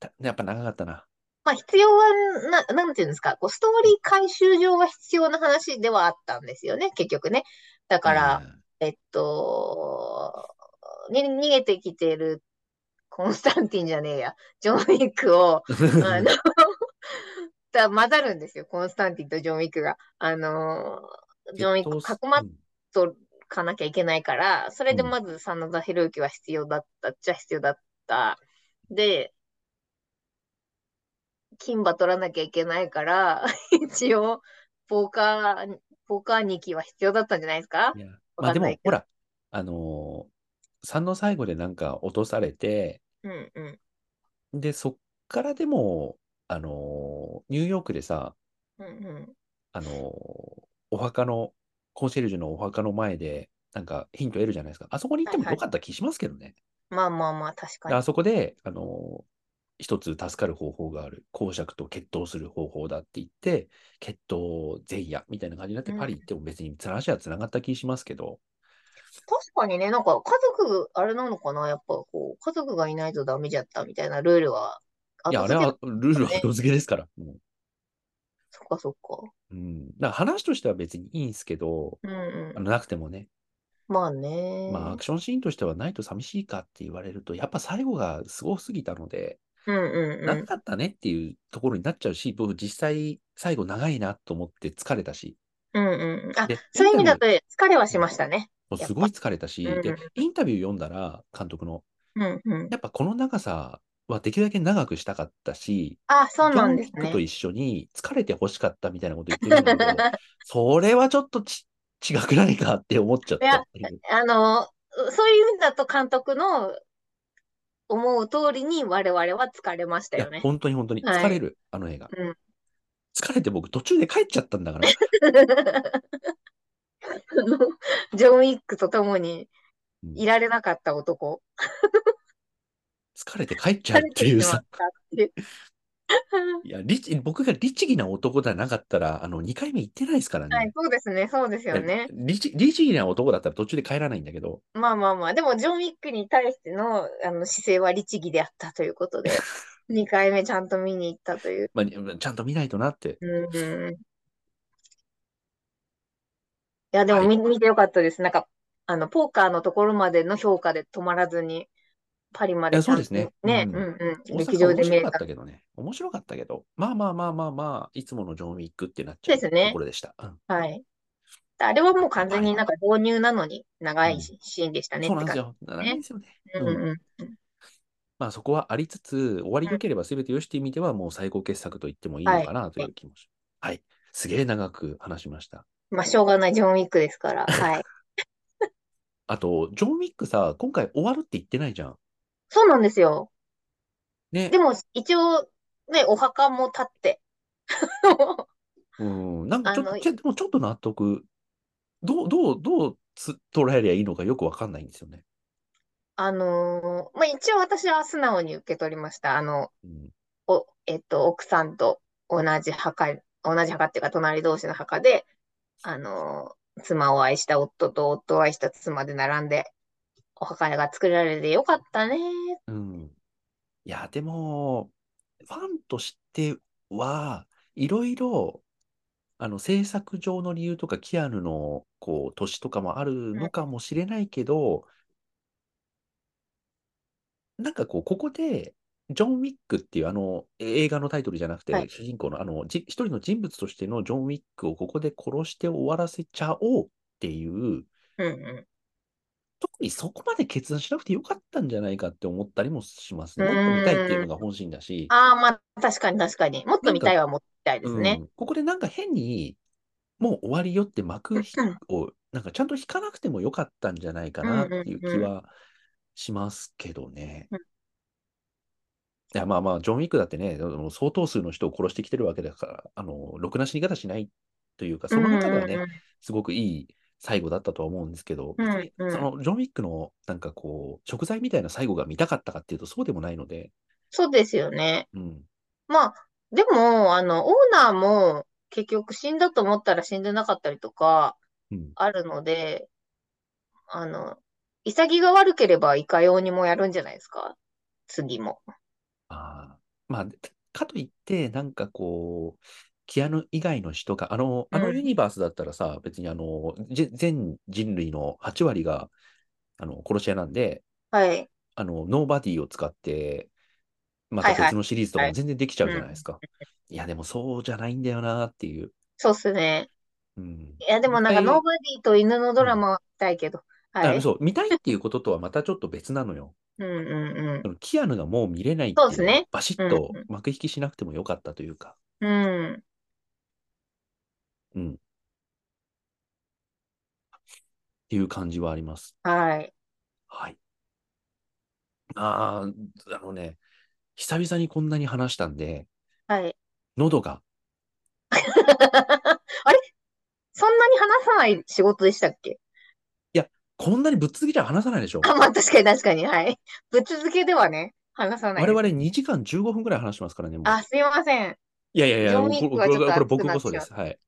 Speaker 1: たやっぱ長かったな。
Speaker 2: まあ必要はな、なんていうんですか、こうストーリー回収上は必要な話ではあったんですよね、結局ね。だから、えっと、に逃げてきてるコンスタンティンじゃねえや、ジョン・ウィックを、
Speaker 1: うん、
Speaker 2: あの、だ混ざるんですよ、コンスタンティンとジョン・ウィックが。あの、ジョン・ウィックをかくまっ
Speaker 1: うん
Speaker 2: とかなきゃいけないから、それで
Speaker 1: うん
Speaker 2: まず真田広之は必要だったっちゃ必要だった。で、金馬取らなきゃいけないから、 一応、ポーカー、ポーカー2期は必要だったんじゃないですか
Speaker 1: いやま
Speaker 2: わ
Speaker 1: あ
Speaker 2: か
Speaker 1: で
Speaker 2: んな
Speaker 1: も
Speaker 2: い、け
Speaker 1: ほ
Speaker 2: ど
Speaker 1: ら、あのー、3の最後でなんか落とされて、
Speaker 2: うんうん。
Speaker 1: で、そっからでも、あのーニューヨークでさ、
Speaker 2: うんうん。
Speaker 1: あの、お墓の、コンシェルジュのお墓の前で、なんかヒント得るじゃないですか。あそこに行っても
Speaker 2: はいはい
Speaker 1: よかった気しますけどね。
Speaker 2: まあまあまあ、確か
Speaker 1: であ
Speaker 2: に。
Speaker 1: そこで、あの、一つ助かる方法がある。公爵と決闘する方法だって言って、決闘前夜みたいな感じになって、
Speaker 2: うん
Speaker 1: パリ行っても別に話はつながった気しますけど、
Speaker 2: 確かにね、なんか家族、あれなのかな、やっぱこう、家族がいないとダメじゃったみたいなルールは、
Speaker 1: いや、あれ
Speaker 2: 後付け
Speaker 1: はルール後付けですから。も
Speaker 2: そっかそっか。
Speaker 1: ううん。だから話としては別にいいんですけど、
Speaker 2: うん
Speaker 1: あ
Speaker 2: う
Speaker 1: のなくてもね、
Speaker 2: ん。まあね。
Speaker 1: まあ、アクションシーンとしてはないと寂しいかって言われると、やっぱ最後がすごすぎたので、
Speaker 2: うんうん
Speaker 1: な
Speaker 2: うん。
Speaker 1: かったねっていうところになっちゃうし、僕実際最後長いなと思って疲れたし、
Speaker 2: うんうんうん。あ、
Speaker 1: で
Speaker 2: そういう意味
Speaker 1: インタ
Speaker 2: だ
Speaker 1: ビ
Speaker 2: と疲れはしましたね。
Speaker 1: もう
Speaker 2: やっ
Speaker 1: す
Speaker 2: ぱ
Speaker 1: ごい疲れたし、
Speaker 2: うん
Speaker 1: で、インタビュー読んだら、監督の、
Speaker 2: うんうん。
Speaker 1: やっぱこの長さはできるだけ長くしたかったし、
Speaker 2: あ、そうなんで
Speaker 1: ジョン・
Speaker 2: す
Speaker 1: ウィックと
Speaker 2: ね。
Speaker 1: 一緒に疲れて欲しかったみたいなこと言ってるんだけ ど、それはちょっとち 違くないかって思っちゃったっていう。
Speaker 2: あの、そういうんだと監督の思う通りに我々は疲れました
Speaker 1: いや
Speaker 2: よね。
Speaker 1: 本当に本当に
Speaker 2: はい
Speaker 1: 疲れる、あの映画。
Speaker 2: うん
Speaker 1: 疲れて僕途中で帰っちゃったんだから。
Speaker 2: あのジョン・ウィックと共に
Speaker 1: うん
Speaker 2: いられなかった男。
Speaker 1: 疲れて帰っちゃうっていうさ。
Speaker 2: 疲れてしまったって
Speaker 1: いや、律僕が律儀な男じゃなかったら、あの、2回目行ってないですからね。
Speaker 2: はい、そうですね、そうですよ
Speaker 1: いや
Speaker 2: ね。
Speaker 1: 律律儀な男だったら途中で帰らないんだけど、
Speaker 2: まあまあまあ、でもジョン・ウィックに対しての、あの姿勢は律儀であったというこ とで、2回目ちゃんと見に行ったという。
Speaker 1: まあ、にちゃんと見ないとなって。
Speaker 2: うん。いや、でも
Speaker 1: はい
Speaker 2: 見、見てよかったです。なんか、あの、ポーカーのところまでの評価で止まらずに、パリま
Speaker 1: い
Speaker 2: で
Speaker 1: や
Speaker 2: ちゃんと
Speaker 1: そうですね
Speaker 2: ね、
Speaker 1: う
Speaker 2: うんんうん、
Speaker 1: 大
Speaker 2: 劇
Speaker 1: 阪
Speaker 2: 場
Speaker 1: 面
Speaker 2: で見れ。
Speaker 1: 白かったたけどね。面白かったけど、まあまあまあまあまあ、いつものジョン・ウィックってなっちゃう
Speaker 2: ですね
Speaker 1: ところでした。うん
Speaker 2: はい。あれはもう完全になんか導入なのに長いしシーンでしたねっ
Speaker 1: そう
Speaker 2: て
Speaker 1: なんです
Speaker 2: 感
Speaker 1: よ。長いんですよね。
Speaker 2: じ。
Speaker 1: うん
Speaker 2: うんうん。
Speaker 1: まあそこはありつつ、終わりよければ全てよしっていう意味では、もう最高傑作と言ってもいいのかなという気もし、はい、すげえ長く話しました。
Speaker 2: まあ、しょうがないジョン・ウィックで すから。はい。
Speaker 1: あと、ジョン・ウィックさ、今回終わるって言ってないじゃん。
Speaker 2: そうなんですよ。
Speaker 1: ね
Speaker 2: で。も、一応、ね、お墓も立って。
Speaker 1: うん。なんかちょっ
Speaker 2: あ
Speaker 1: と、
Speaker 2: の
Speaker 1: ちょでもちょっと納得。どう、どう、どうつ捉えりゃいいのかよくわかんないんですよね。
Speaker 2: あのーまあ、一応私は素直に受け取りました。あの、
Speaker 1: うん。
Speaker 2: お、えっと、奥さんと同じ墓、同じ墓っていうか、隣同士の墓で、あのー妻を愛した夫と夫を愛した妻で並んで、お墓が作られてよかったね。
Speaker 1: うん。いや、でも、ファンとしては、いろいろ、あの、制作上の理由とか、キアヌの、こう、年とかもあるのかもしれないけど、なんかこう、ここで、ジョン・ウィックっていうあの映画のタイトルじゃなくて、
Speaker 2: はい
Speaker 1: 主人公のあのじ一人の人物としてのジョン・ウィックをここで殺して終わらせちゃおうっていう、
Speaker 2: うんうん。
Speaker 1: 特にそこまで決断しなくてよかったんじゃないかって思ったりもしますね。
Speaker 2: う
Speaker 1: も
Speaker 2: ん
Speaker 1: っと見たいっていうのが本心だし、
Speaker 2: ああ、まあ、確かに確かに。もっと見たいはもっと見たいですね。
Speaker 1: うんここでなんか変に、もう終わりよって幕ひ
Speaker 2: うん
Speaker 1: を、なんかちゃんと引かなくてもよかったんじゃないかなっていう気はしますけどね。
Speaker 2: う
Speaker 1: いやまあまあ、ジョン・ウィックだってね、あの相当数の人を殺してきてるわけだから、あの、ろくな死に方しないというか、その中ではね、すごくいい最後だったとは思うんですけど、
Speaker 2: うんうん
Speaker 1: 別にそのジョン・ウィックのなんかこう、食材みたいな最後が見たかったかっていうと、そうでもないので、
Speaker 2: そうですよね。
Speaker 1: うん、
Speaker 2: まあ、でも、あの、オーナーも結局死んだと思ったら死んでなかったりとか
Speaker 1: うん、
Speaker 2: あるので、あの、潔が悪ければいかようにもやるんじゃないですか。次も。
Speaker 1: ああ、まあ、でかといって、なんかこう、キアヌ以外の人が、あの、あの
Speaker 2: うん
Speaker 1: ユニバースだったらさ、別にあの、ぜ全人類の8割が、あの、殺し屋なんで、
Speaker 2: はい。
Speaker 1: あの、ノーバディを使って、ま
Speaker 2: は
Speaker 1: た
Speaker 2: いはい
Speaker 1: 別のシリーズとか
Speaker 2: は
Speaker 1: も
Speaker 2: い
Speaker 1: 全然できちゃうじゃないですか。いや、でもそうじゃないんだよなっていう。
Speaker 2: そうっすね。
Speaker 1: うん。
Speaker 2: いや、でもなんか、
Speaker 1: 一回
Speaker 2: ノーバディと犬のドラマは見たいけど。は
Speaker 1: あ
Speaker 2: い。
Speaker 1: そう、見たいっていうこととはまたちょっと別なのよ。
Speaker 2: うんうんうん。
Speaker 1: そのキアヌがもう見れないっていう
Speaker 2: そ
Speaker 1: の
Speaker 2: うです
Speaker 1: は
Speaker 2: ね、
Speaker 1: バシッと
Speaker 2: うんうん
Speaker 1: 幕引きしなくてもよかったというか。
Speaker 2: うん。
Speaker 1: うん。っていう感じはあります。
Speaker 2: はい。
Speaker 1: はい。ああ、あのね、久々にこんなに話したんで、
Speaker 2: はい。
Speaker 1: 喉が
Speaker 2: あれそんなに話さない仕事でしたっけ
Speaker 1: こんなにぶっ続けじゃ話さないでしょ。
Speaker 2: あ、まあ確かに確かに。はい。ぶっ続けではね、話さない
Speaker 1: 我
Speaker 2: です。
Speaker 1: 々2時間15分ぐらい話してますからね。もう
Speaker 2: あ、すいません。
Speaker 1: いやいやいや、
Speaker 2: ジョン
Speaker 1: こ
Speaker 2: ウィッ
Speaker 1: れ
Speaker 2: ク
Speaker 1: こ
Speaker 2: はち
Speaker 1: れ
Speaker 2: ょっと
Speaker 1: これ
Speaker 2: 熱く
Speaker 1: 僕
Speaker 2: なっ
Speaker 1: もそうです。はい。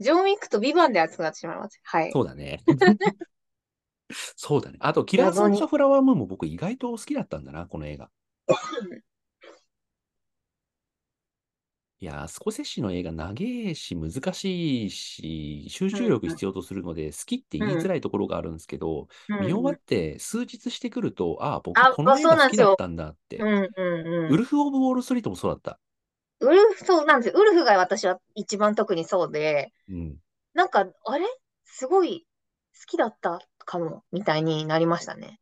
Speaker 2: ジョン・ウィックとビバンで熱くなってしまいます。はい。
Speaker 1: そうだね。 そうだね。あと、キラーズ・オ
Speaker 2: 謎
Speaker 1: ブ・
Speaker 2: に
Speaker 1: ザ・フラワームーンも僕意外と好きだったんだな、この映画。いやー、スコセッシの映画長えし、難しいし、集中力必要とするので、好きって言いづらいところがあるんですけど、
Speaker 2: うん
Speaker 1: 見終わ
Speaker 2: う
Speaker 1: っ
Speaker 2: ん
Speaker 1: て数日してくると、ああ、僕
Speaker 2: あ
Speaker 1: この映
Speaker 2: そ
Speaker 1: 画
Speaker 2: うな
Speaker 1: 好
Speaker 2: ん
Speaker 1: き
Speaker 2: ですよ
Speaker 1: だったんだって。
Speaker 2: うんうん
Speaker 1: ウ
Speaker 2: うん。
Speaker 1: ルフ・オブ・ウォール・ストリートもそうだった。
Speaker 2: ウルフ、そうなんですよ。ウルフが私は一番特にそうで、
Speaker 1: うん。
Speaker 2: なんか、あれすごい好きだったかも、みたいになりましたね。